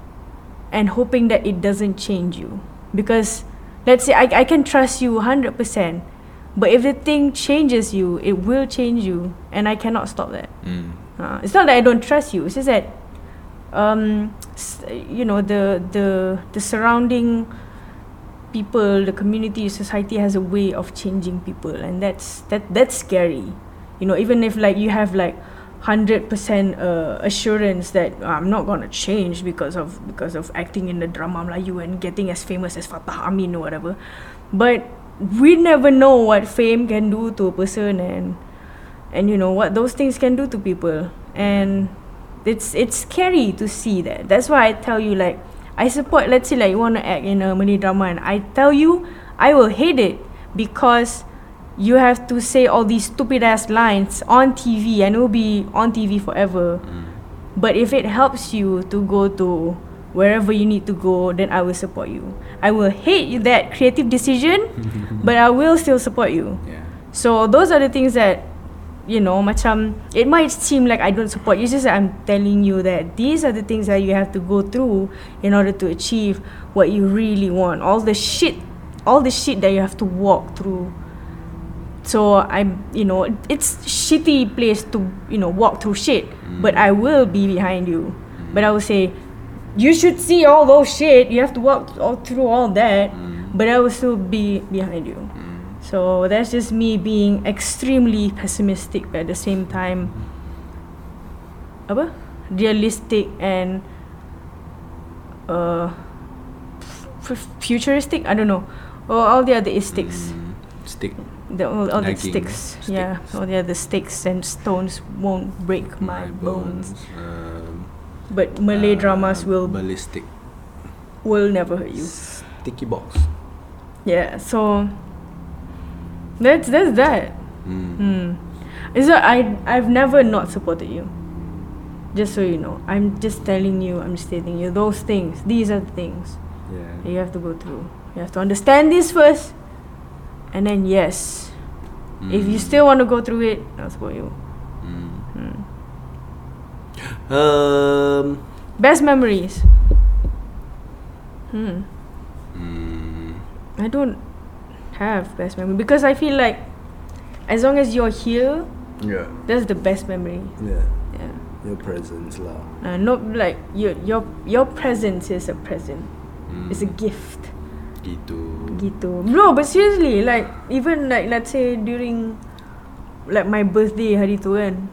Speaker 2: and hoping that it doesn't change you because let's say I, I can trust you 100% but if the thing changes you it will change you and I cannot stop that
Speaker 1: Mm.
Speaker 2: uh, it's not that I don't trust you. It's just that, um, s- you know, the the the surrounding people, the community, society has a way of changing people, and that's that that's scary. You know, even if like you have like hundred percent uh, assurance that "Ah, I'm not gonna change because of because of acting in the drama Melayu and getting as famous as Fatah Amin or whatever, but we never know what fame can do to a person and and you know what those things can do to people and it's it's scary to see that that's why i tell you like i support let's say like you want to act in a malay drama and i tell you i will hate it because you have to say all these stupid ass lines on tv and it will be on tv forever
Speaker 1: Mm.
Speaker 2: but if it helps you to go to wherever you need to go then i will support you i will hate you that creative decision but i will still support you
Speaker 1: Yeah.
Speaker 2: So those are the things that you know macam it might seem like I don't support you it's just that I'm telling you that these are the things that you have to go through in order to achieve what you really want all the shit all the shit that you have to walk through so I'm you know it's shitty place to you know walk through shit but I will be behind you but I will say you should see all those shit you have to walk all through all that but I will still be behind you so that's just me being extremely pessimistic but at the same time apa realistic and uh f- futuristic I don't know or all the other istics
Speaker 1: Mm. Stick.
Speaker 2: the all, all the
Speaker 1: Nagging
Speaker 2: sticks. Yeah,
Speaker 1: sticks.
Speaker 2: all the other sticks and stones won't break my, bones.
Speaker 1: Um,
Speaker 2: But Malay
Speaker 1: uh,
Speaker 2: dramas will
Speaker 1: ballistic.
Speaker 2: will never hurt you.
Speaker 1: Sticky box.
Speaker 2: Yeah, so that's that's that.
Speaker 1: Mm.
Speaker 2: Hmm. Is that I I've never not supported you. Just so you know, I'm just telling you, I'm stating you those things. These are the things that
Speaker 1: Yeah.
Speaker 2: you have to go through. You have to understand this first, and then yes, if you
Speaker 1: Mm.
Speaker 2: still want to go through it, I'll support you.
Speaker 1: Mm.
Speaker 2: Hmm.
Speaker 1: Um.
Speaker 2: Best memories. Hmm.
Speaker 1: Mm.
Speaker 2: I don't have best memory because I feel like as long as you're here,
Speaker 1: Yeah.
Speaker 2: that's the best memory.
Speaker 1: Yeah.
Speaker 2: Yeah.
Speaker 1: Your presence lah.
Speaker 2: Uh, not like your your your presence is a present. It's
Speaker 1: Mm.
Speaker 2: a gift.
Speaker 1: Hmm. Gitu.
Speaker 2: Gitu. No, but seriously, like even like let's say during like my birthday hari tu kan.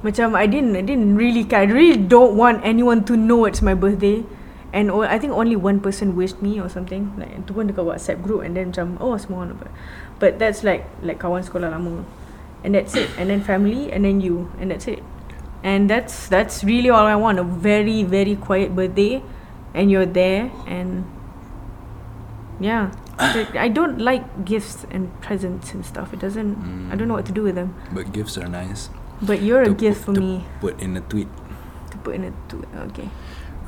Speaker 2: Macam I didn't I didn't really care. I really don't want anyone to know it's my birthday. And o- I think only one person wished me or something. Like tu pun dekat WhatsApp group and then macam oh semua orang dapat. But that's like like kawan sekolah lama. And that's it. And then family and then you and that's it. And that's that's really all I want. A very very quiet birthday and you're there and yeah. Like, I don't like gifts and presents and stuff. It doesn't. I don't know what to do with them.
Speaker 1: But gifts are nice.
Speaker 2: But you're
Speaker 1: To
Speaker 2: a
Speaker 1: pu-
Speaker 2: gift for
Speaker 1: to
Speaker 2: me
Speaker 1: Put in a tweet.
Speaker 2: to put in a to okay.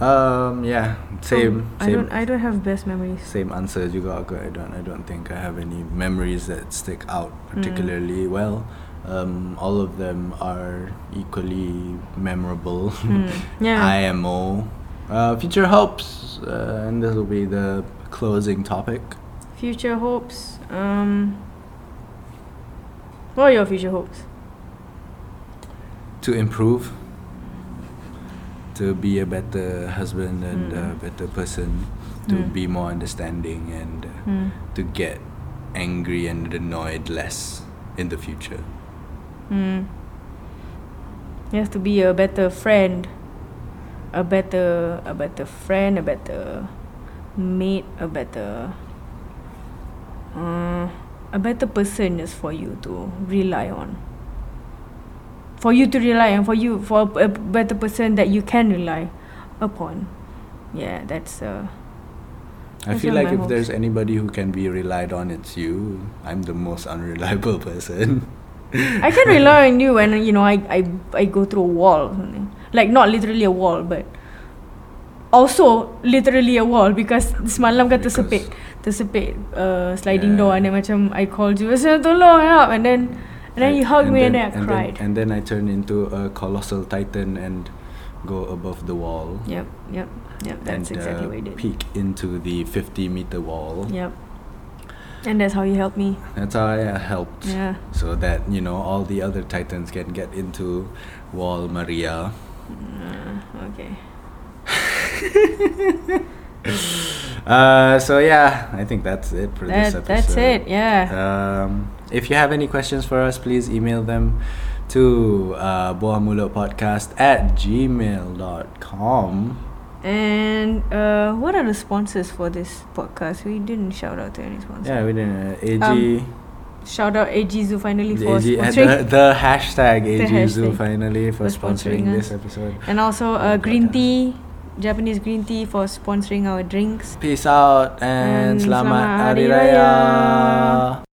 Speaker 1: Um, yeah,
Speaker 2: So,
Speaker 1: same,
Speaker 2: Oh, I
Speaker 1: same,
Speaker 2: don't. I don't have best memories.
Speaker 1: same answer juga aku. I don't, I don't think I have any memories that stick out
Speaker 2: Mm.
Speaker 1: particularly well. Um, all of them are equally memorable.
Speaker 2: Mm, yeah.
Speaker 1: IMO, uh, future hopes, uh, and this will be the closing topic.
Speaker 2: Future hopes. Um. What are your future hopes?
Speaker 1: to improve to be a better husband and a
Speaker 2: Mm.
Speaker 1: better person to
Speaker 2: Mm.
Speaker 1: be more understanding and uh,
Speaker 2: Mm.
Speaker 1: to get angry and annoyed less in the future
Speaker 2: Mm. You have to be a better friend, a better, a better friend, a better mate, a better, uh, a better person just for you to rely on. For you to rely on, for you, for a better person that you can rely upon. Yeah, that's uh,
Speaker 1: I
Speaker 2: That's
Speaker 1: feel
Speaker 2: one
Speaker 1: like
Speaker 2: of my
Speaker 1: if
Speaker 2: hopes.
Speaker 1: there's anybody who can be relied on, it's you. I'm the most unreliable person.
Speaker 2: I can rely on you when you know I, I I go through a wall or something. Like not literally a wall but also literally a wall because semalam kan
Speaker 1: Because-
Speaker 2: tersepit tersepit uh, sliding door and
Speaker 1: Yeah.
Speaker 2: then macam I called you macam tolong help and then and then you hugged me and then I
Speaker 1: and
Speaker 2: cried.
Speaker 1: and then I turn into a colossal titan and go above the wall.
Speaker 2: yep, yep, yep. That's
Speaker 1: and,
Speaker 2: exactly
Speaker 1: uh,
Speaker 2: what you did.
Speaker 1: Peek into the 50 meter wall.
Speaker 2: Yep. And that's how you helped me.
Speaker 1: That's how I uh, helped.
Speaker 2: Yeah.
Speaker 1: So that, you know, all the other titans can get into Wall Maria.
Speaker 2: Uh, okay.
Speaker 1: Uh, so, yeah, I think that's it for this
Speaker 2: That,
Speaker 1: episode.
Speaker 2: that's it. Yeah.
Speaker 1: Um, if you have any questions for us, please email them to uh, bohamulopodcast at gmail.com.
Speaker 2: and uh, what are the sponsors for this podcast? We didn't shout out to any sponsors.
Speaker 1: Yeah, we didn't. Uh, AG.
Speaker 2: Um, Shout out AGZoo finally
Speaker 1: the,
Speaker 2: for
Speaker 1: AG uh,
Speaker 2: sponsoring.
Speaker 1: the, the hashtag
Speaker 2: The
Speaker 1: AGZoo
Speaker 2: hashtag
Speaker 1: finally for,
Speaker 2: for
Speaker 1: sponsoring,
Speaker 2: sponsoring
Speaker 1: this
Speaker 2: us.
Speaker 1: episode.
Speaker 2: and also uh,
Speaker 1: Podcast.
Speaker 2: green tea, Japanese green tea for sponsoring our drinks.
Speaker 1: Peace out and, selamat,
Speaker 2: And Mm, selamat
Speaker 1: hari
Speaker 2: Hari
Speaker 1: raya.
Speaker 2: Raya.